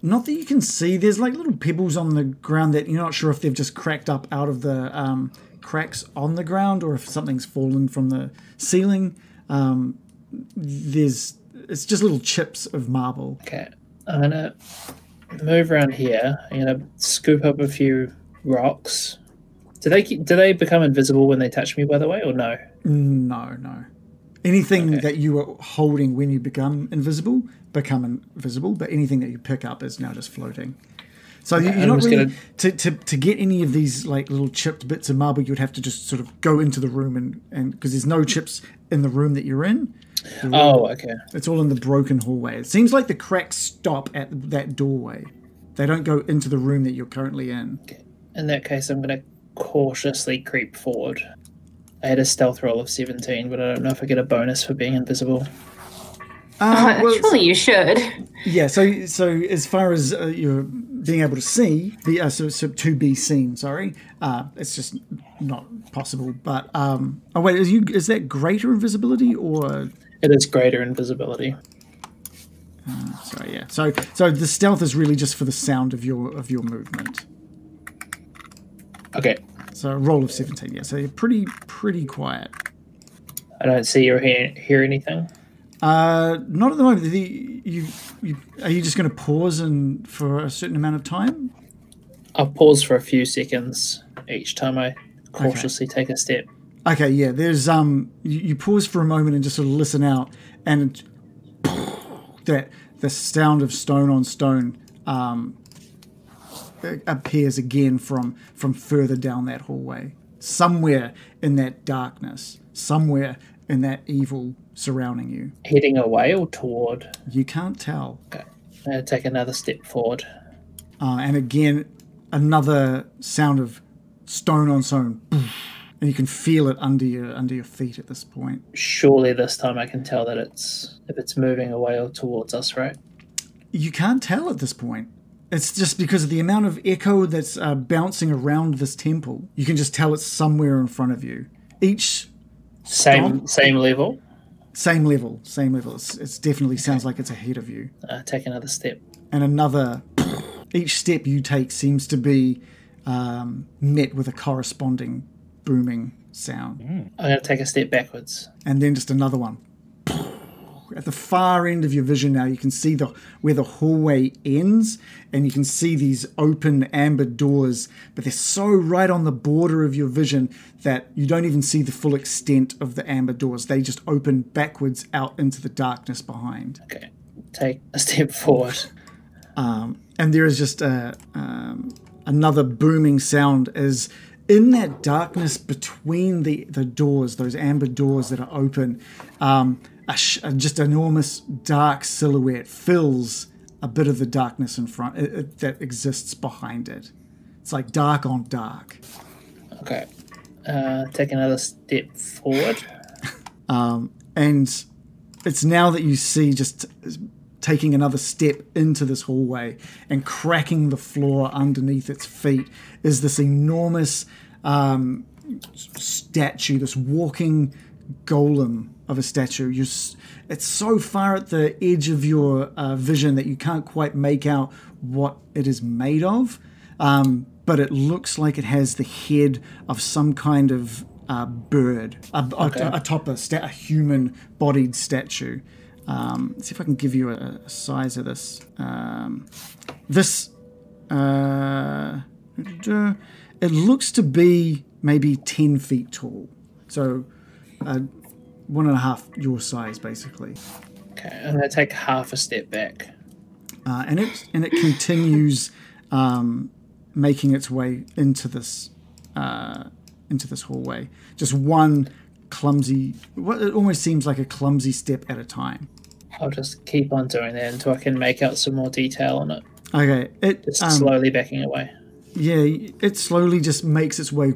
Not that you can see. There's like little pebbles on the ground that you're not sure if they've just cracked up out of the um, cracks on the ground or if something's fallen from the ceiling. Um, there's it's just little chips of marble. Okay, I'm gonna move around here. I'm gonna scoop up a few rocks. Do they keep, do they become invisible when they touch me? By the way, or no? No, no. Anything that you were holding when you become invisible become invisible, but anything that you pick up is now just floating. So you- you're I'm not just really gonna- to, to to get any of these like little chipped bits of marble. You'd have to just sort of go into the room and and because there's no chips in the room that you're in. Oh, okay. It's all in the broken hallway. It seems like the cracks stop at that doorway. They don't go into the room that you're currently in. In that case, I'm gonna cautiously creep forward. I had a stealth roll of 17, but I don't know if I get a bonus for being invisible. Uh, well, Surely you should. Yeah, so so as far as uh, you're being able to see the uh, so, so to be seen, sorry, uh, it's just not possible. But um, oh wait, is you is that greater invisibility or It is greater invisibility. sorry? Yeah, so so the stealth is really just for the sound of your of your movement. Okay, So a roll of seventeen. Yeah, so you're pretty pretty quiet. I don't see or hear, hear anything. Uh, not at the moment. The, you, you are you just going to pause and for a certain amount of time? I'll pause for a few seconds each time I cautiously take a step. Okay, yeah. There's um, you, you pause for a moment and just sort of listen out, and it- that the sound of stone on stone um, appears again from from further down that hallway. Somewhere in that darkness, somewhere in that evil surrounding you, Heading away or toward? you can't tell. I'm gonna take another step forward. Uh, and again, another sound of stone on stone, and you can feel it under your under your feet at this point. Surely this time I can tell that it's if it's moving away or towards us, right? you can't tell at this point. It's just because of the amount of echo that's uh, bouncing around this temple. You can just tell it's somewhere in front of you. Each Same same level. same level, same level. It's, it's definitely sounds like it's ahead of you. Uh, take another step. And another, each step you take seems to be um, met with a corresponding booming sound. I'm gonna take a step backwards. and then just another one. At the far end of your vision now, you can see the where the hallway ends, and you can see these open amber doors, but they're so right on the border of your vision that you don't even see the full extent of the amber doors. They just open backwards out into the darkness behind. Okay. Take a step forward. and there is just a, um, another booming sound as in that darkness between the, the doors, those amber doors that are open, um, a sh- a just enormous dark silhouette fills a bit of the darkness in front it, it- that exists behind it. It's like dark on dark. Okay. Uh, take another step forward. and it's now that you see just taking another step into this hallway and cracking the floor underneath its feet is this enormous um, s- statue, this walking golem of a statue. You, s- it's so far at the edge of your uh, vision that you can't quite make out what it is made of, um, but it looks like it has the head of some kind of uh, bird a- a- atop a, sta- a human-bodied statue. Um, let's see if I can give you a, a size of this. Um, this uh, it looks to be maybe 10 feet tall. So, uh, one and a half your size, basically. Okay. I'm gonna take half a step back. Uh, and, it, and it continues um, making its way into this, uh, into this hallway. Just one clumsy, what it almost seems like a clumsy step at a time. I'll just keep on doing that until I can make out some more detail on it. Okay, it Just um, slowly backing away. yeah, it slowly just makes its way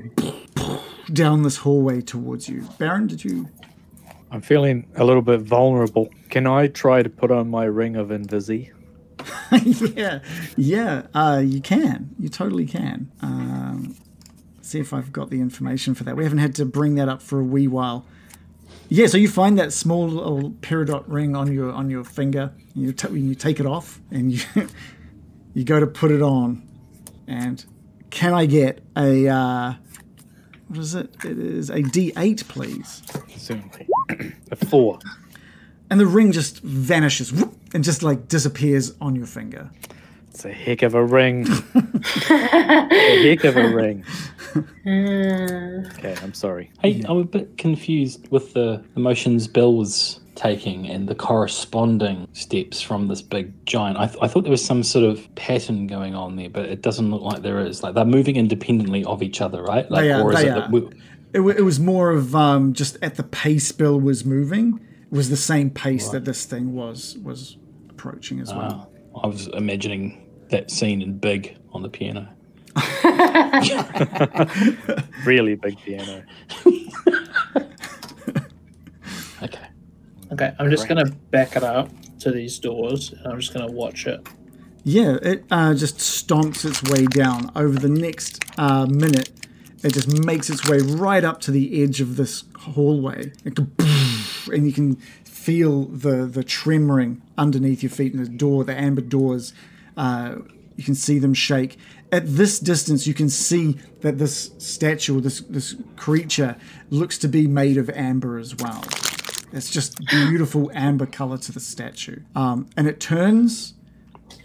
down this hallway towards you. Baron, did you I'm feeling a little bit vulnerable. Can I try to put on my ring of invisi? yeah, yeah, uh, you can. You totally can. Um, see if I've got the information for that. We haven't had to bring that up for a wee while. Yeah, so you find that small little peridot ring on your on your finger. And you, ta- you take it off, and you You go to put it on, and can I get a uh, what is it? It is a D8, please. Certainly. a four. And the ring just vanishes whoop, and just like disappears on your finger. It's a heck of a ring. a heck of a ring. okay, I'm sorry. Hey, I'm a bit confused with the emotions Bill was taking and the corresponding steps from this big giant. I, th- I thought there was some sort of pattern going on there, but it doesn't look like there is. Like they're moving independently of each other, right? Like, They are- or is they it are. that we, It, wa- it was more of um, just at the pace Bill was moving it was the same pace that this thing was was approaching as well. I was imagining that scene in Big on the piano. Really big piano. Okay. Okay, I'm just gonna back it up to these doors, and I'm just gonna watch it. Yeah, it uh, just stomps its way down. Over the next uh, minute, it just makes its way right up to the edge of this hallway. It go- And you can feel the, the tremoring underneath your feet and the door, the amber doors. Uh, you can see them shake. At this distance, you can see that this statue, this, this creature, looks to be made of amber as well. It's just beautiful amber color to the statue. Um, and it turns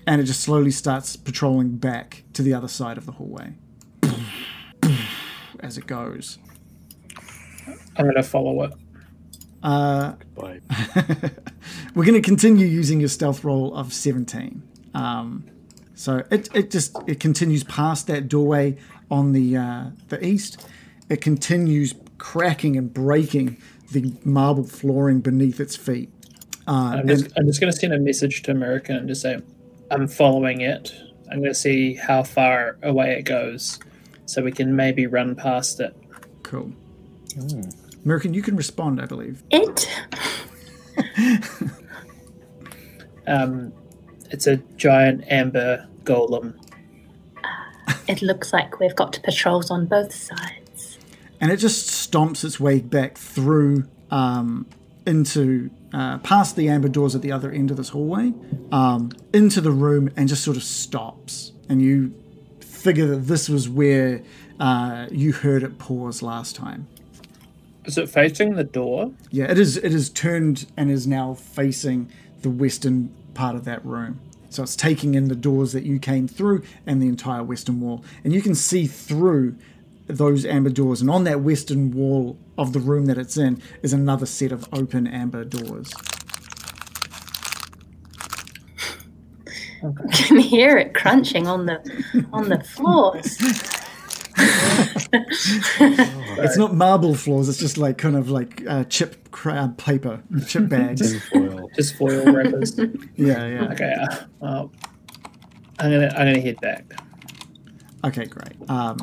and it just slowly starts patrolling back to the other side of the hallway as it goes. I'm gonna follow it. By We're going to continue using your stealth roll of 17. Um, so it, it just it continues past that doorway on the uh, the east. It continues cracking and breaking the marble flooring beneath its feet. I'm just, I'm just gonna send a message to America and just say, I'm following it. I'm gonna see how far away it goes, so we can maybe run past it. Cool. American, you can respond, I believe. It. Um, it's a giant amber golem. It looks like we've got patrols on both sides. and it just stomps its way back through um, into uh, past the amber doors at the other end of this hallway um, into the room and just sort of stops and you figure that this was where uh, you heard it pause last time Is it facing the door? yeah it is it is turned and is now facing the western part of that room so it's taking in the doors that you came through and the entire western wall and you can see through those amber doors and on that western wall of the room that it's in is another set of open amber doors You can hear it crunching on the on the floors. it's not marble floors it's just like kind of like uh, chip cra- paper chip bags foil. Just foil wrappers. yeah yeah okay. Uh, well, I'm gonna I'm gonna head back. okay great um,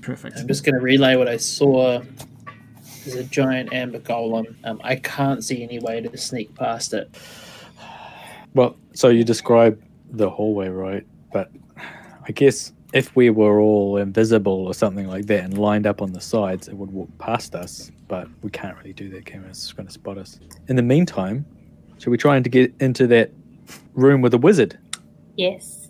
perfect I'm just going to relay what I saw. There's a giant amber golem. Um, I can't see any way to sneak past it. Well, so you describe the hallway, right? But I guess if we were all invisible or something like that and lined up on the sides, it would walk past us. But we can't really do that. Camera's going to spot us. In the meantime, should we try and to get into that room with the wizard, Yes.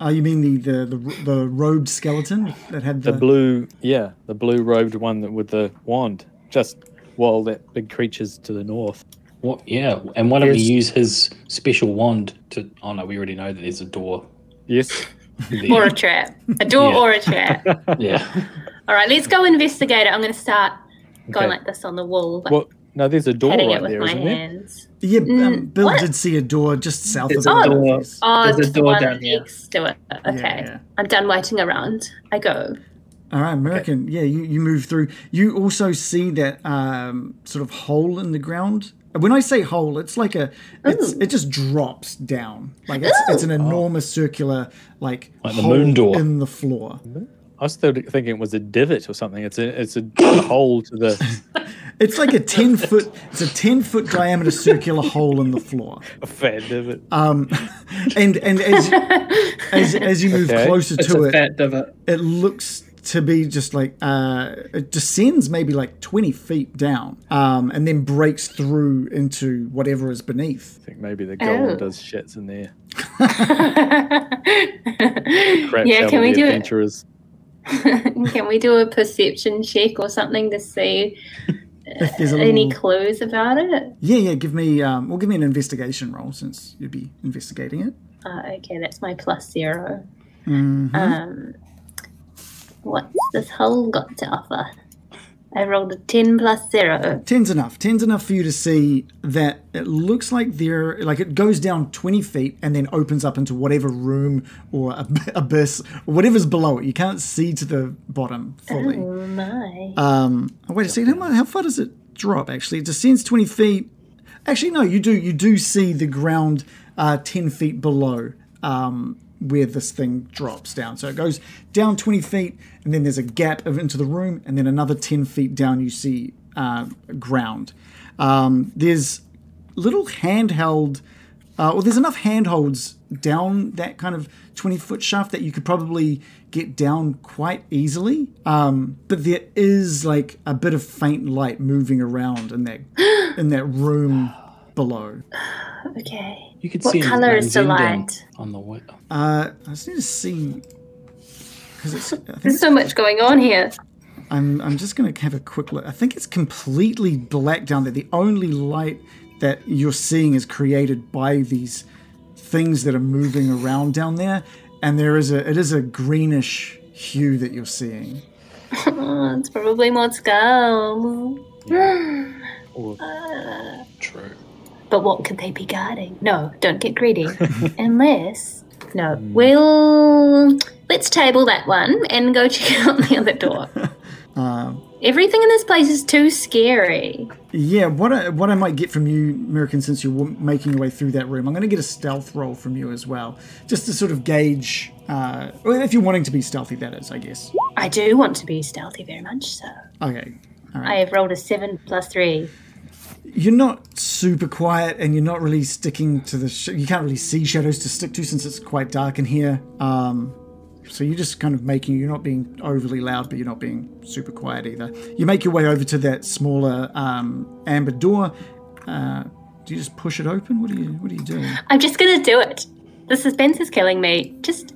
oh you mean the the the, the robed skeleton that had the blue? Yeah, the blue robed one that with the wand. Just while that big creature's to the north. What? Yeah. And why don't we Yes. use his special wand to? Oh no, we already know that there's a door. Yes. There. Or a trap. A door Yeah. or a trap. yeah. All right, let's go investigate it. I'm going to start going Okay. like this on the wall, like Well, no, there's a door hitting right it with there, my isn't there? hands. Yeah, um, Mm, Bill what? did see a door just south There's of a the door. office. Oh, There's a it's the door one down here. next to it. Okay. yeah. I'm done waiting around. I go. All right, American. Yeah, you, you move through. You also see that um, sort of hole in the ground. When I say hole, it's like a it's it just drops down. Like it's, it's an enormous circular like, Like the hole moon door. in the floor. I was still thinking it was a divot or something. It's a it's a hole to the It's like a ten foot it's a ten foot diameter circular hole in the floor. Um, a fat divot. And and as as, as you move Okay. closer It's to a it, fat divot. it looks to be just like uh, it descends maybe like 20 feet down um, and then breaks through into whatever is beneath I think maybe the golem Oh. does shits in there. Crap yeah, shovel can we the do it? adventurers. Can we do a perception check or something to see if there's a any little- clues about it? yeah yeah give me um, well give me an investigation roll since you'd be investigating it Uh, okay, that's my plus 0 Mm-hmm. Um, what's this hole got to offer? I rolled a 10 plus 0. Ten's enough. Ten's enough for you to see that it looks like there, like it goes down 20 feet and then opens up into whatever room or ab- abyss or whatever's below it. You can't see to the bottom fully. Oh my. Uh, Um, oh, wait a second. How, mu- how far does it drop? Actually, it descends twenty feet. Actually, no. You do you do see the ground uh, ten feet below um, where this thing drops down. So it goes down twenty feet, and then there's a gap of, into the room, and then another ten feet down. You see uh, ground. Um, there's little handheld uh, well, there's enough handholds down that kind of 20 foot shaft that you could probably get down quite easily. Um, but there is like a bit of faint light moving around in that in that room below. Okay. You could What see his colour is the Manzendam light? on the wi- Uh, I just need to see because it's. I think There's so much going on here. I'm, I'm just going to have a quick look. I think it's completely black down there. The only light that you're seeing is created by these things that are moving around down there, and there is a it is a greenish hue that you're seeing. Oh, it's probably Motzgal. True. But what could they be guarding? No, don't get greedy. Unless. No. Well, let's table that one and go check out the other door. Everything in this place is too scary. Yeah, what I, what I might get from you, American, since you're w- making your way through that room, I'm going to get a stealth roll from you as well, just to sort of gauge. Uh, well, if you're wanting to be stealthy, that is, I guess. I do want to be stealthy very much, so. Okay, I have rolled a 7 plus 3. you're not super quiet and you're not really sticking to the sh- you can't really see shadows to stick to since it's quite dark in here um so you're just kind of making you're not being overly loud but you're not being super quiet either you make your way over to that smaller um amber door uh do you just push it open what do you what do you do I'm just gonna do it. The suspense is killing me. Just,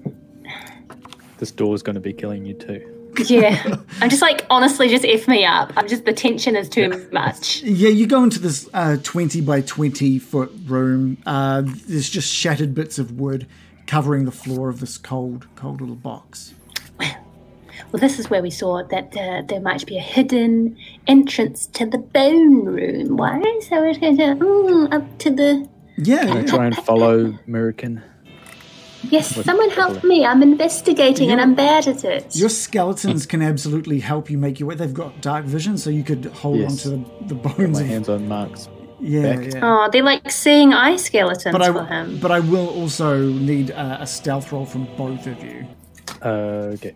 This door's going to be killing you too. yeah. I'm just like, honestly, just F me up. I'm just, the tension is too much. Yeah, you go into this uh, 20 by 20 foot room. Uh, there's just shattered bits of wood covering the floor of this cold, cold little box. Well, this is where we saw that uh, there might be a hidden entrance to the bone room. Why? So we're going to mm, up to the. Yeah, yeah. I try and follow American. Yes, someone help me. I'm investigating and I'm bad at it. Your skeletons can absolutely help you make your way. They've got dark vision, so you could hold Yes. onto the, the bones. My of, hands on Mark's. yeah, back. yeah. Oh, they're like seeing eye skeletons But I, for him. but I will also need uh, a, a stealth roll from both of you. Uh, okay.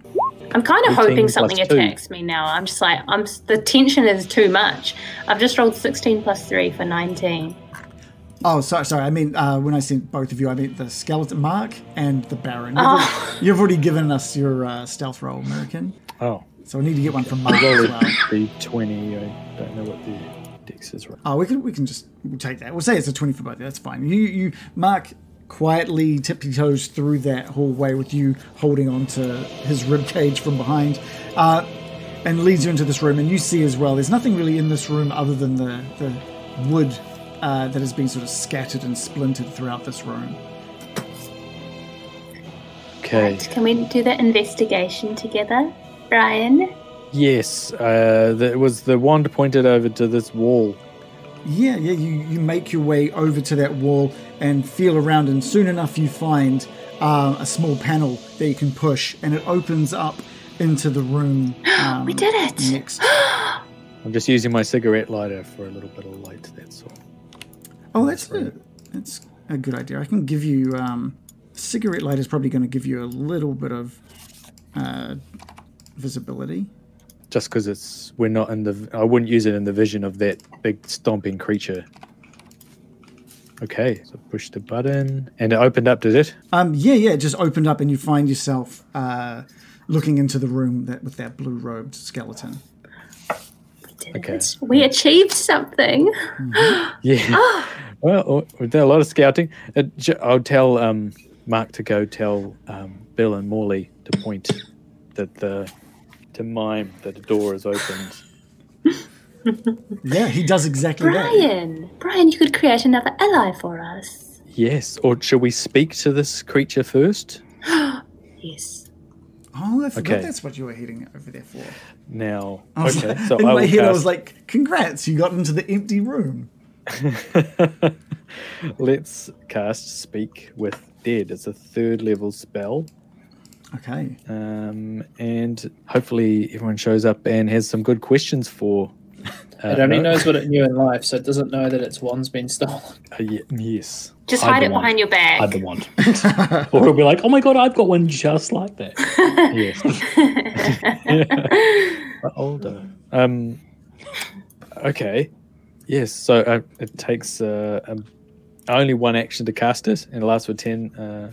I'm kind of 18 hoping plus something two. attacks me now. I'm just like, I'm s- the tension is too much. I've just rolled 16 plus 3 for 19. Oh, sorry, sorry. I mean, uh, when I said both of you, I meant the skeleton Mark and the Baron. You've, Oh. al- you've already given us your uh, stealth roll, American. Oh, So I need to get one from Mark roll as it. well. D20. I don't know what the dex is. Right. Oh, we can we can just take that. We'll say it's a twenty for both. That's fine. You you Mark quietly tiptoes through that hallway with you holding on to his rib cage from behind, uh, and leads you into this room. And you see as well. There's nothing really in this room other than the the wood uh, that has been sort of scattered and splintered throughout this room. Okay. Can we do that investigation together, Brian? Yes. Uh, the, it was the wand pointed over to this wall. Yeah, yeah, you, you make your way over to that wall and feel around, and soon enough you find uh, a small panel that you can push, and it opens up into the room. Um, we did Mm. it! Next. I'm just using my cigarette lighter for a little bit of light. That's all. Oh, that's a, that's a good idea. I can give you. Um, cigarette light is probably going to give you a little bit of uh, visibility. Just because it's we're not in the. I wouldn't use it in the vision of that big stomping creature. Okay, so push the button and it opened up, did it? Um, yeah, yeah, it just opened up and you find yourself uh, looking into the room that with that blue robed skeleton. Okay. It's- we achieved something. Yeah. well, we've done a lot of scouting. Uh, J- I'll tell um, Mark to go tell um, Bill and Morley to point that the to mime that the door is opened. Yeah, he does exactly that. Brian, Brian, you could create another ally for us. Yes, or should we speak to this creature first? Yes. Oh, I forgot Okay. that's what you were heading over there for. Now, I was okay. like- So Oh. in I my will head, I was cast. like, "Congrats, you got into the empty room." Let's cast speak with dead. It's a third level spell. Okay, um, and hopefully everyone shows up and has some good questions for. Uh, It only no- knows what it knew in life, so it doesn't know that its wand's been stolen. Uh, ye- yes. Just Hide hide the it wand. behind your I'd the bag. one. or he'll be like, oh my god, I've got one just like that. Yes. But older. Um. Okay. Yes. So uh, it takes uh, um, only one action to cast it, and it lasts for ten. Uh,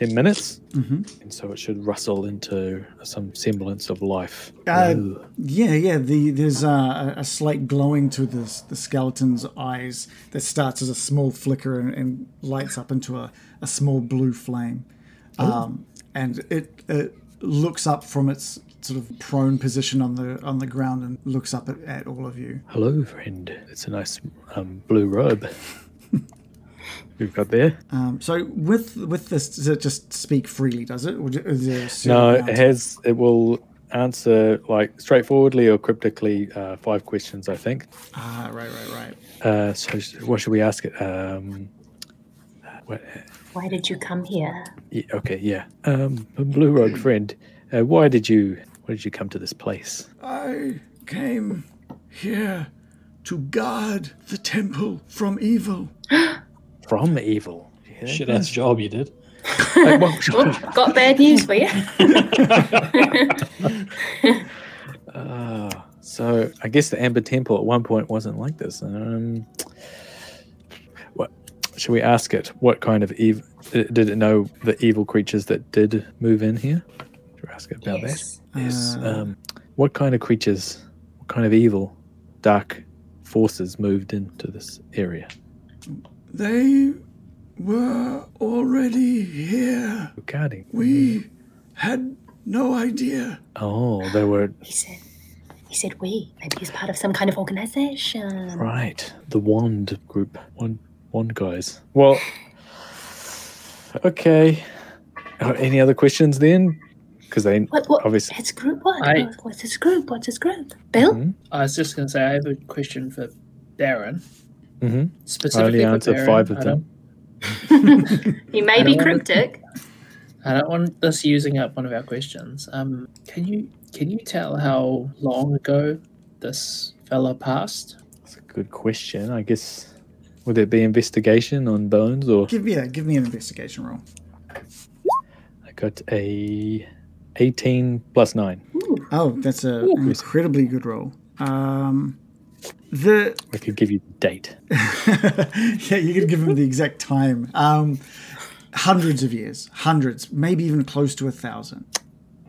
10 minutes and so it should rustle into some semblance of life Uh, Ooh. yeah, yeah. The there's uh, a, a slight glowing to the the skeleton's eyes that starts as a small flicker and, and lights up into a, a small blue flame, Oh. um, and it, it looks up from its sort of prone position on the on the ground and looks up at, at all of you. hello friend it's a nice um, blue robe you've got there Um, so with with this, does it just speak freely? Does it? Or is there a certain No, amount? it has. It will answer like straightforwardly or cryptically uh, five questions, I think. Ah, right, right, right. Uh, so, sh- what should we ask it? Um, what, Why did you come here? yeah, okay, yeah. Um, Blue Rogue friend, uh, why did you? Why did you come to this place? I came here to guard the temple from evil. From evil. Yeah. Shit ass job you did. Like, well, sh- Oop, got bad news for you. so, I guess the Amber Temple at one point wasn't like this. Um, what should we ask it? What kind of evil did it know? The evil creatures that did move in here. Should we ask it about that? yes. Yes. Um, what kind of creatures, what kind of evil, dark forces moved into this area? They were already here. Regarding. We had no idea. Oh, they were He said. He said we. Maybe he's part of some kind of organization. right. The wand group, wand, wand guys. Well, okay. Uh, any other questions then? Because they What? What? obviously. It's group. What? I- What's his group? What's his group? Bill. Mhm. I was just going to say, I have a question for Darren. Mhm. I Specifically, only for answer Darren. five of I don't- them. You may Mm-hmm. I be don't want cryptic. I don't want this using up one of our questions. Um, can you can you tell how long ago this fella passed? That's a good question. I guess. Would there be investigation on bones or? Give me a give me an investigation roll. I got a 18 plus 9. Oh, that's a an incredibly good roll. Um, the I could give you the date. yeah, you could give him the exact time. Um, hundreds of years, hundreds, maybe even close to a thousand.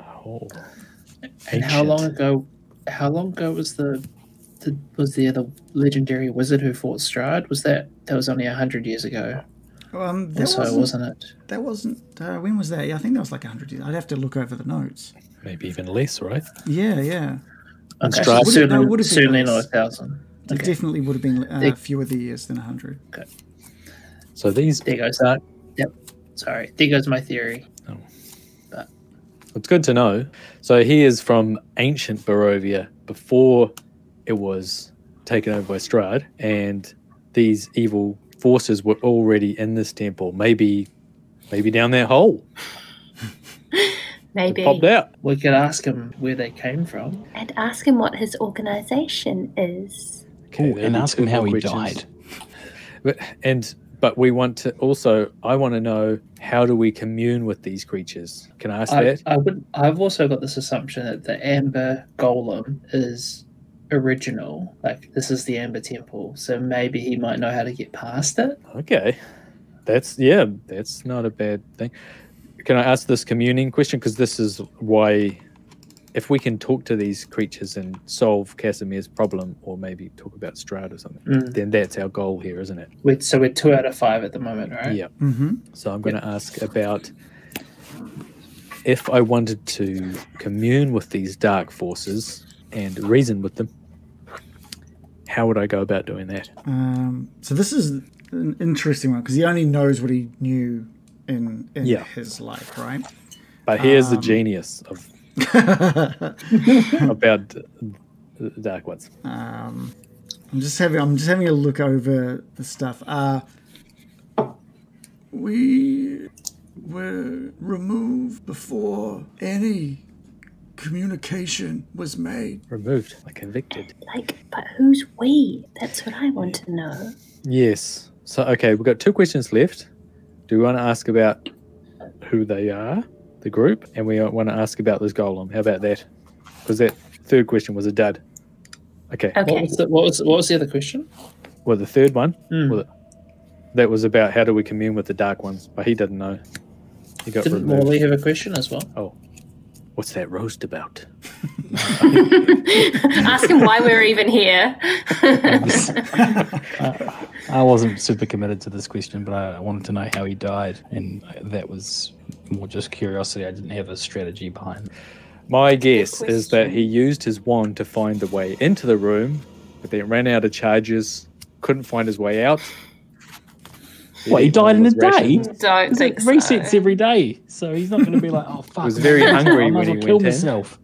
Oh. And how long Ancient. ago? How long ago was the, the was there the legendary wizard who fought Strahd? Was that that was only hundred years ago? Um, that Or so wasn't, wasn't it? that wasn't uh, when was that? Yeah, I think that was like hundred years. I'd have to look over the notes. Maybe even less, right? Yeah, yeah, Okay, Strahd- Would it- no, certainly, would it be certainly less? not a thousand. it Okay. definitely would have been uh, They- fewer the years than hundred. So these, There goes that. Yep. Sorry. There goes my theory. it's good to know. So he is from ancient Barovia before it was taken over by Strahd, and these evil forces were already in this temple. Maybe, maybe down that hole, Maybe. popped out. We could ask him where they came from. And ask him what his organization is. Okay, Ooh, that'd and be ask two him how more he questions. died. But, and but we want to also. I want to know how do we commune with these creatures? Can I ask I, that? I would. I've also got this assumption that the amber golem is original. Like this is the Amber Temple, so maybe he might know how to get past it. Okay, that's yeah, that's not a bad thing. Can I ask this communing question? Because this is why, if we can talk to these creatures and solve Casimir's problem, or maybe talk about Stroud or something, Mm. then that's our goal here, isn't it? We're, so we're two out of five at the moment, right? Yeah. Mm-hmm. So I'm going to ask about if I wanted to commune with these dark forces and reason with them. How would I go about doing that? Um, so this is an interesting one because he only knows what he knew in in Yeah. his life, right? But here's the genius of about the dark ones. I'm just having I'm just having a look over the stuff. Uh, we were removed before any communication was made. Removed, like convicted. Like, but who's we? That's what I want to know. Yes. So okay, we've got two questions left. Do we want to ask about who they are, the group, and we want to ask about this golem? How about that? Because that third question was a dud. Okay. What Okay. was the, what was what was the other question? Well, the third one, Mm. well, that was about how do we commune with the dark ones, but he didn't know. He got Didn't removed. Morley have a question as well? What's that roast about? Ask him why we're even here. I wasn't super committed to this question, but I wanted to know how he died, and that was more just curiosity. I didn't have a strategy behind. it. My guess is that he used his wand to find the way into the room, but then ran out of charges, couldn't find his way out. What he died in a was rationed. day. Don't It think resets uh, so. every day, so he's not going to be like, "Oh fuck!" was very I might hungry as when well he kill went in. myself.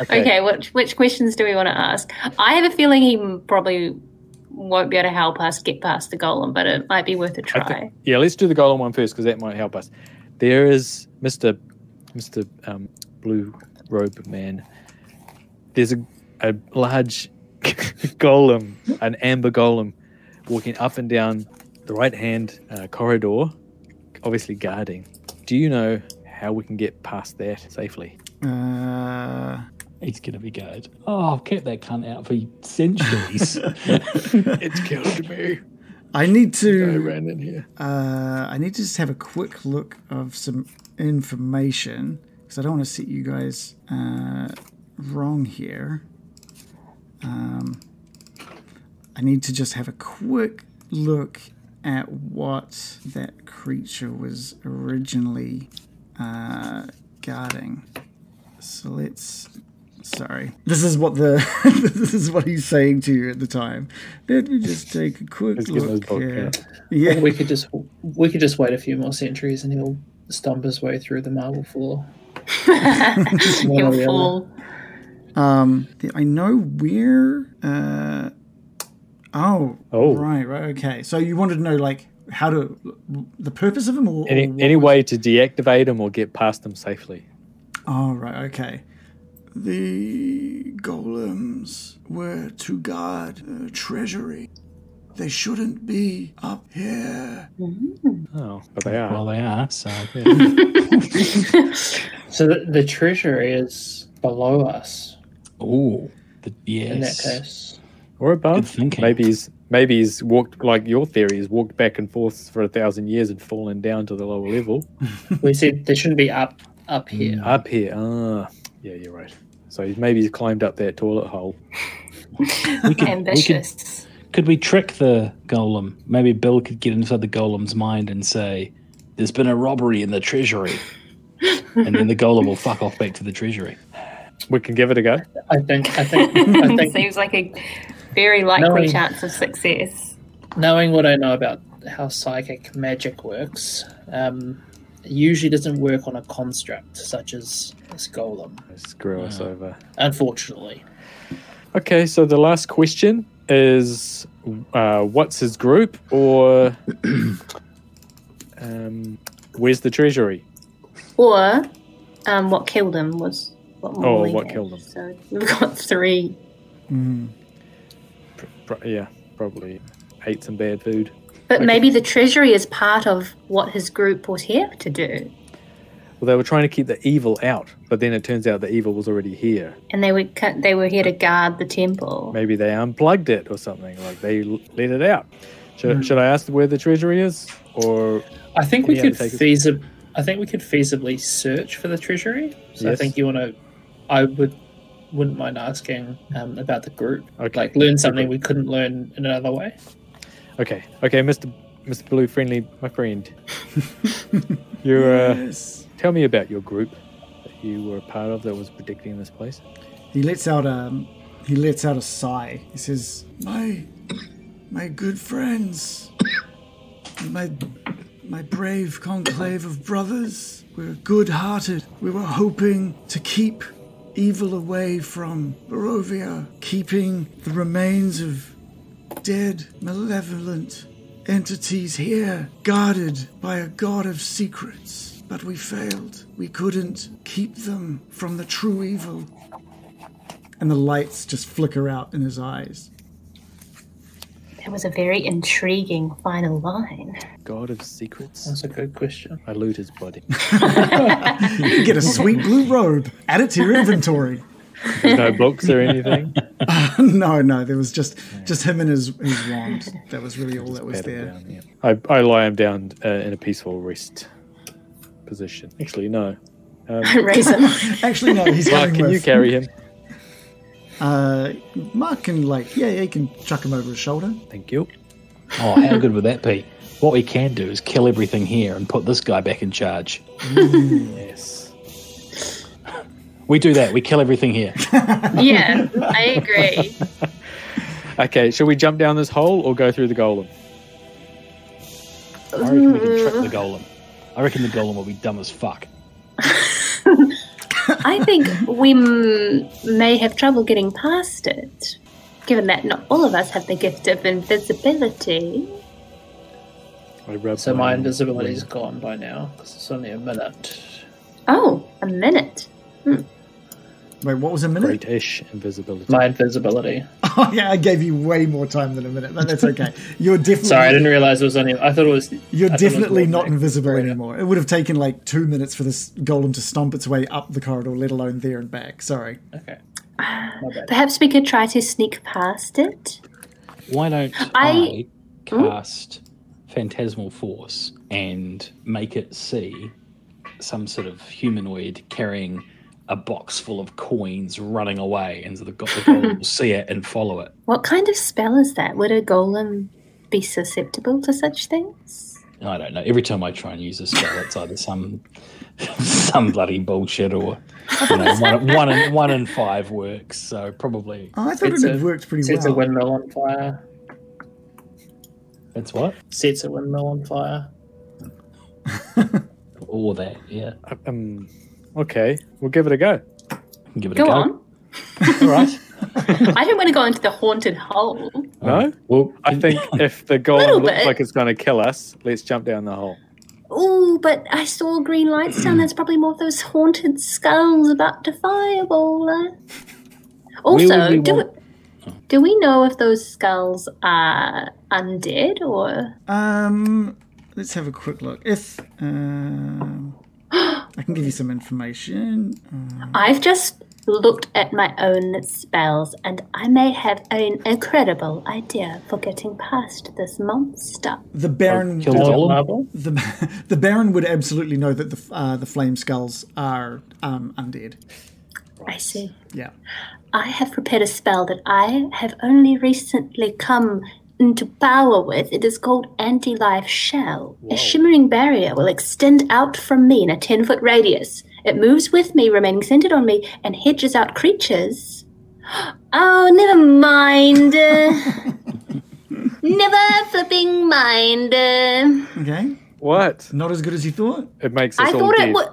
okay. which which questions do we want to ask? I have a feeling he probably won't be able to help us get past the golem, but it might be worth a I try. thi- yeah, let's do the golem one first because that might help us. There is Mister Mister um, Blue Robe Man. There's a, a large golem, an amber golem, walking up and down the right hand uh, corridor, obviously guarding. Do you know how we can get past that safely? Uh, He's going to be good. Oh, I've kept that cunt out for centuries. It's killed me. I need to in here. uh, I need to just have a quick look of some information because I don't want to set you guys uh, wrong here. Um, I need to just have a quick look at what that creature was originally uh, guarding. So let's. Sorry, this is what the this is what he's saying to you at the time. Let me just take a quick He's getting his look book here. out. Yeah, We could just we could just wait a few more centuries and he'll stomp his way through the marble floor. One He'll or the other. fall. Um, the- I know where. Uh, oh, Oh. right, right, okay. So you wanted to know like how to the purpose of them, or, or Any, what any was- way to deactivate them or get past them safely? Oh, right, okay. The golems were to guard the treasury. They shouldn't be up here. Oh, but they are. well, they are. So So the, the treasury is below us oh, the, in that yes. case. or above. Good thinking. Maybe he's maybe he's walked like your theory is walked back and forth for a thousand years and fallen down to the lower level. We said they shouldn't be up up Mm. here. Up here, ah, yeah, you're right. So he's maybe he's climbed up that toilet hole. We could, we could, Ambitious. could we trick the golem? Maybe Bill could get inside the golem's mind and say, "There's been a robbery in the treasury," and then the golem will fuck off back to the treasury. We can give it a go. I think I think I think Seems like a very likely Knowing- chance of success. knowing what I know about how psychic magic works, um, it usually doesn't work on a construct such as this golem, Screw us over. unfortunately. Okay, so the last question is, uh, what's his group or um, where's the treasury? Or um, what killed him was what Oh, Morley what had. killed him. So we've got three. Pro- yeah, probably ate some bad food. But maybe the treasury is part of what his group was here to do. Well, they were trying to keep the evil out, but then it turns out the evil was already here. And they were cu- they were here to guard the temple. Maybe they unplugged it or something. Like they l- let it out. Should, should I ask where the treasury is, or I think we Yeah, could take it. feasib- I think we could feasibly search for the treasury. So I Yes. think you want to. I would wouldn't mind asking um, about the group. Okay. Like learn something we couldn't learn in another way. Okay, okay, Mr. Mr. Blue Friendly, my friend. you uh, Yes. tell me about your group that you were a part of that was predicting this place. He lets out a he lets out a sigh. He says, "My my good friends, my my brave conclave of brothers, we're good-hearted. We were hoping to keep evil away from Barovia, keeping the remains of dead, malevolent entities here, guarded by a god of secrets." But we failed. We couldn't keep them from the true evil and the lights just flicker out in his eyes. That was a very intriguing final line. God of secrets, That's a good question. I loot his body. You get a sweet blue robe. Add it to your inventory. There's no books or anything. no, no, there was just just him and his, his wand. That was really all that was Pat him there. down, yeah. I, I lie him down uh, in a peaceful rest position. Actually, no. Razor. Actually, no, he's Mark, coming can you with. carry him? uh, Mark can like, yeah, yeah, he can chuck him over his shoulder. Thank you. Oh, how good would that be? What we can do is kill everything here and put this guy back in charge. Yes. We do that. We kill everything here. yeah, I agree. Okay, shall we jump down this hole or go through the golem? I reckon we can trick the golem. I reckon the golem will be dumb as fuck. I think we m- may have trouble getting past it, given that not all of us have the gift of invisibility. I rub So my invisibility's gone by now because it's only a minute. Oh, a minute. Wait, what was a minute? greatish invisibility. My invisibility. Oh, yeah, I gave you way more time than a minute, but that's okay. You're definitely Sorry, I didn't realize it was only. I thought it was. You're I thought it was definitely one not minute. invisible Greater. anymore. It would have taken like two minutes for this golem to stomp its way up the corridor, let alone there and back. Sorry. Okay. Perhaps we could try to sneak past it. Why don't I, I- cast Phantasmal Force and make it see some sort of humanoid carrying a box full of coins running away, and so the go- the golem will see it and follow it. What kind of spell is that? Would a golem be susceptible to such things? I don't know. Every time I try and use a spell, it's either some some bloody bullshit or you know, one, one in one in five works. So probably Oh, I thought It's it had a- worked pretty Sets well. a windmill on fire. that's what Sets a windmill on fire. or that. Yeah, Um, okay, we'll give it a go. give it Go a go. on. All right. I don't want to go into the haunted hole. No? Well, I think if the Little golem looks bit. like it's going to kill us, let's jump down the hole. Ooh, but I saw green lights down. That's probably more of those haunted skulls about to fireball us. Where would we Also, do we, want- do we know if those skulls are undead or Um, let's have a quick look. If um, I can give you some information. Uh, I've just looked at my own spells and I may have an incredible idea for getting past this monster. the Baron, kill would, all- Golem? Marble. the, the Baron would absolutely know that the uh, the flame skulls are um, undead. I see. Yeah. I have prepared a spell that I have only recently come into power with. It is called Anti Life Shell. A shimmering barrier will extend out from me in a 10 foot radius. It moves with me, remaining centered on me, and hedges out creatures. Oh, never mind. never flipping mind. Okay. What? Not as good as you thought. It makes us I all thought dead. it would.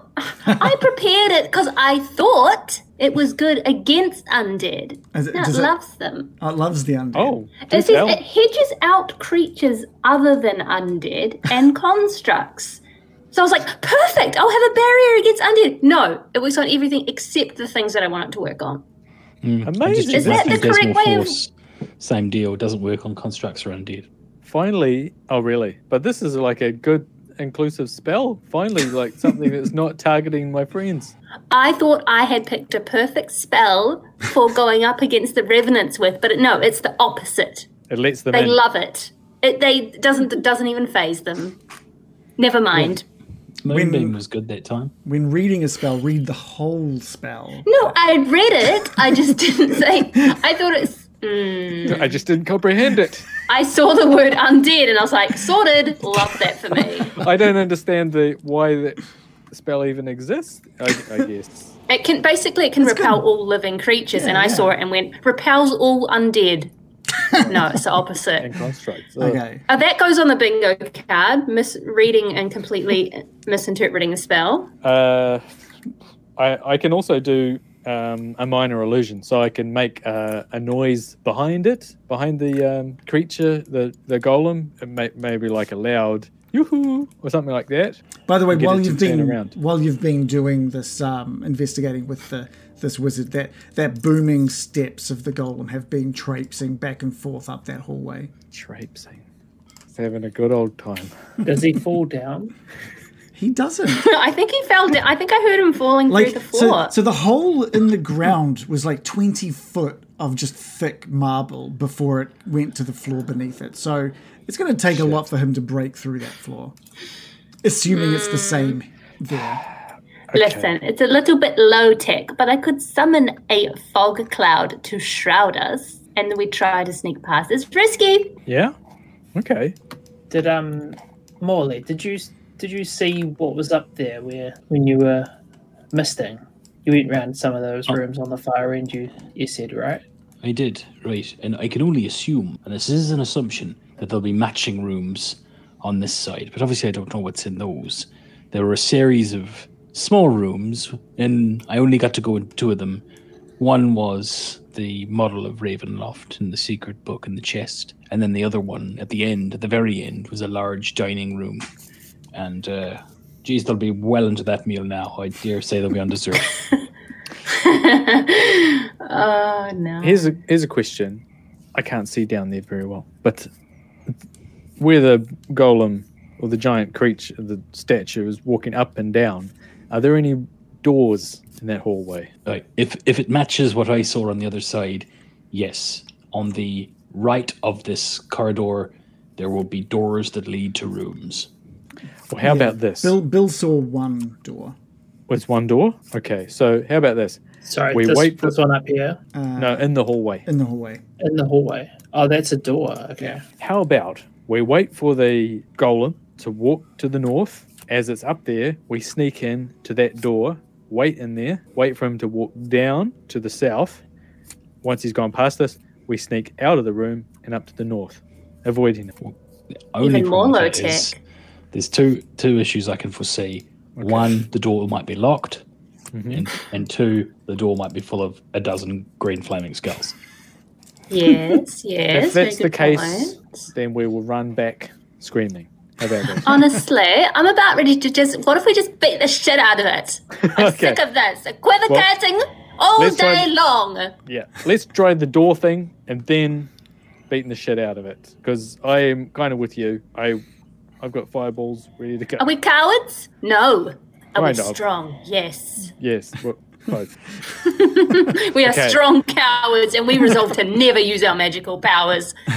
I prepared it because I thought it was good against undead. Is it- Now it does it- loves them. Oh, it loves the undead. Oh, do It says tell. it hedges out creatures other than undead and constructs. So I was like, perfect, I'll have a barrier against undead. No, it works on everything except the things that I want it to work on. amazing! Is that the Phantasmal correct way of- Same deal. It doesn't work on constructs or undead. Finally, oh really? But this is like a good inclusive spell. Finally, like something that's not targeting my friends. I thought I had picked a perfect spell for going up against the revenants with, but no, it's the opposite. It lets them They in. love it. It they it doesn't it doesn't even phase them. Never mind. Moonbeam was good that time. When reading a spell, read the whole spell. Hmm. No, I read it. I just didn't say. I thought it's. Mm, I just didn't comprehend it. I saw the word undead and I was like, sorted. Love that for me. I don't understand the why the spell even exists. I, I guess. It can basically it can repel all living creatures, and I saw it and went repels all undead. no, it's the opposite. And constructs. Ugh. Okay. Uh, that goes on the bingo card. Misreading and completely misinterpreting a spell. Uh, I, I can also do um, a minor illusion, so I can make uh, a noise behind it, behind the um, creature, the the golem, and may, maybe like a loud yoo-hoo or something like that. By the way, Get while it to you've turn been around. while you've been doing this um, investigating with the this wizard, that that booming steps of the golem have been traipsing back and forth up that hallway. Traipsing, It's having a good old time. Does he fall down? He doesn't. I think he fell. Down. I think I heard him falling like through the so, floor. so the hole in the ground was like 20 foot of just thick marble before it went to the floor beneath it so it's going to take a lot for him to break through that floor assuming it's the Mm. same there Listen, it's a little bit low tech, but I could summon a fog cloud to shroud us, and we try to sneak past. It's risky. Yeah. Okay. Did um Morley, did you did you see what was up there where when you were misting? You went round some of Oh. those rooms on the far end you you said, right? I did, right. And I can only assume, and this is an assumption, that there'll be matching rooms on this side. But obviously, I don't know what's in those. There were a series of small rooms, and I only got to go in two of them. One was the model of Ravenloft and the secret book in the chest. And then the other one at the end, at the very end, was a large dining room. And, uh, geez, they'll be well into that meal now. I dare say they'll be on dessert. Oh no. Here's a here's a question. I can't see down there very well, but where the golem or the giant creature, the statue, is walking up and down, are there any doors in that hallway? Right. If if it matches what I saw on the other side, yes. On the right of this corridor, there will be doors that lead to rooms. Well, how about this? bill bill saw one door It's one door. Okay, so how about this? Sorry, We this, wait for- this one up here No, in the hallway. in the hallway in the hallway. Oh, that's a door. Okay. How about we wait for the golem to walk to the north? As it's up there, we sneak in to that door, wait in there, wait for him to walk down to the south. Once he's gone past us, we sneak out of the room and up to the north, avoiding him. Only Even more problem with low that is There's two two issues I can foresee. One, the door might be locked, and, and two, the door might be full of a dozen green flaming skulls. Yes, yes. if that's very the good case, point. then we will run back screaming. How about that? Honestly, I'm about ready to just. What if we just beat the shit out of it? I'm Okay. sick of this. Equivocating all let's try- day long. Yeah, let's try the door thing and then beating the shit out of it. Because I am kind of with you. I, I've got fireballs ready to go. Are we cowards? No. Are we Kind of. strong? Yes. Yes, well, both. We are Okay. strong cowards and we resolve to never use our magical powers.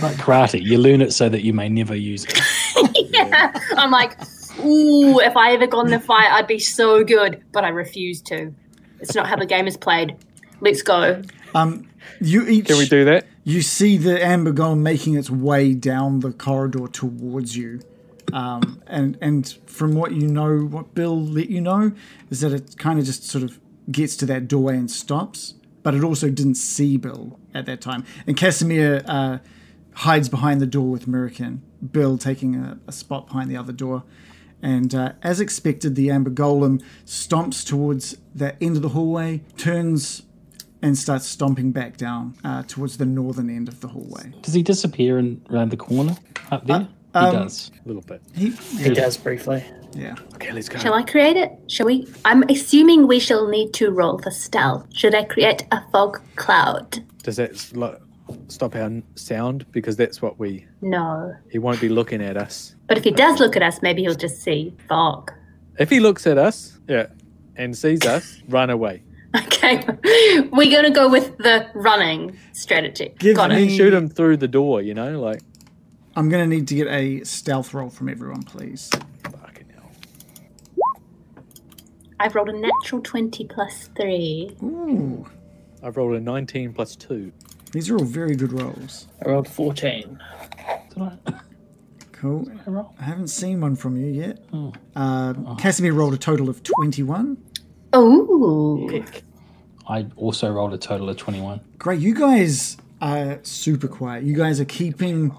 Like karate, you learn it so that you may never use it. yeah. I'm like, ooh, if I ever got in the fight, I'd be so good, but I refuse to. It's not how the game is played. Let's go. you each Can we do that? you see the amber golem making its way down the corridor towards you um, and and from what you know what bill let you know is that it kind of just sort of gets to that doorway and stops but it also didn't see bill at that time and casimir uh, hides behind the door with Murican, bill taking a, a spot behind the other door and uh, as expected the amber golem stomps towards the end of the hallway turns and starts stomping back down uh, towards the northern end of the hallway. Does he disappear in round the corner up there? Uh, he um, does. A little bit. He, He does briefly. yeah. Okay, let's go. Shall I create it? Shall we? I'm assuming we shall need to roll for stealth. Should I create a fog cloud? Does that sl- stop our n- sound because that's what we. No. He won't be looking at us. But if he does look at us, maybe he'll just see fog. If he looks at us, yeah, and sees us, run away. Okay. We're going to go with the running strategy. Give Got me- it. And shoot him through the door, you know, like I'm going to need to get a stealth roll from everyone, please. fucking hell. I've rolled a natural 20 plus 3. Ooh, I've rolled a 19 plus two. these are all very good rolls. I rolled 14. Cool. I haven't seen one from you yet. Um, Casimir rolled a total of 21. Ooh. I also rolled a total of 21. Great. You guys are super quiet. You guys are keeping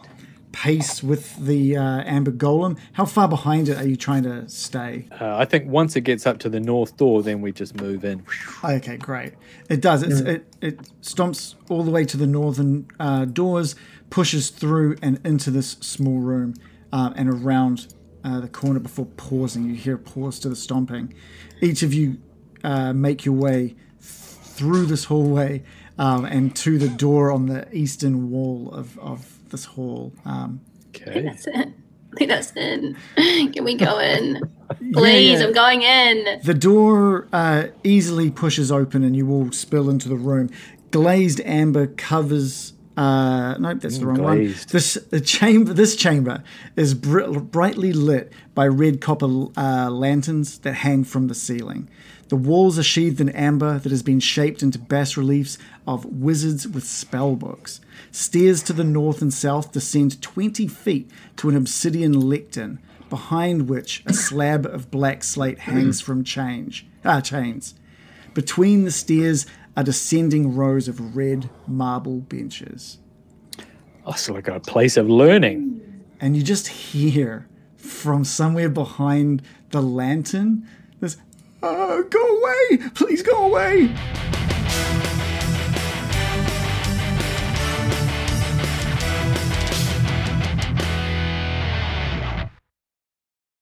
pace with the uh, amber golem. How far behind it are you trying to stay? Uh, I think once it gets up to the north door, then we just move in. Oh, Okay, great. It does. It's, It it stomps all the way to the northern uh, doors, pushes through and into this small room, uh, and around uh, the corner before pausing. You hear a pause to the stomping. Each of you uh, make your way th- through this hallway um, and to the door on the eastern wall of, of this hall. Um, Okay. That's it. I think that's in. Can we go in? Please, yeah. I'm going in. The door uh, easily pushes open and you all spill into the room. Glazed amber covers. Uh, nope, that's the wrong glazed. one. This the chamber. This chamber is br- brightly lit by red copper uh, lanterns that hang from the ceiling. The walls are sheathed in amber that has been shaped into bas reliefs of wizards with spell books. Stairs to the north and south descend 20 feet to an obsidian lectern, behind which a slab of black slate hangs from change, ah, chains. Between the stairs are descending rows of red marble benches. Oh, it's like a place of learning. And you just hear from somewhere "Oh, behind the lantern this, "Uh, go away! Please go away!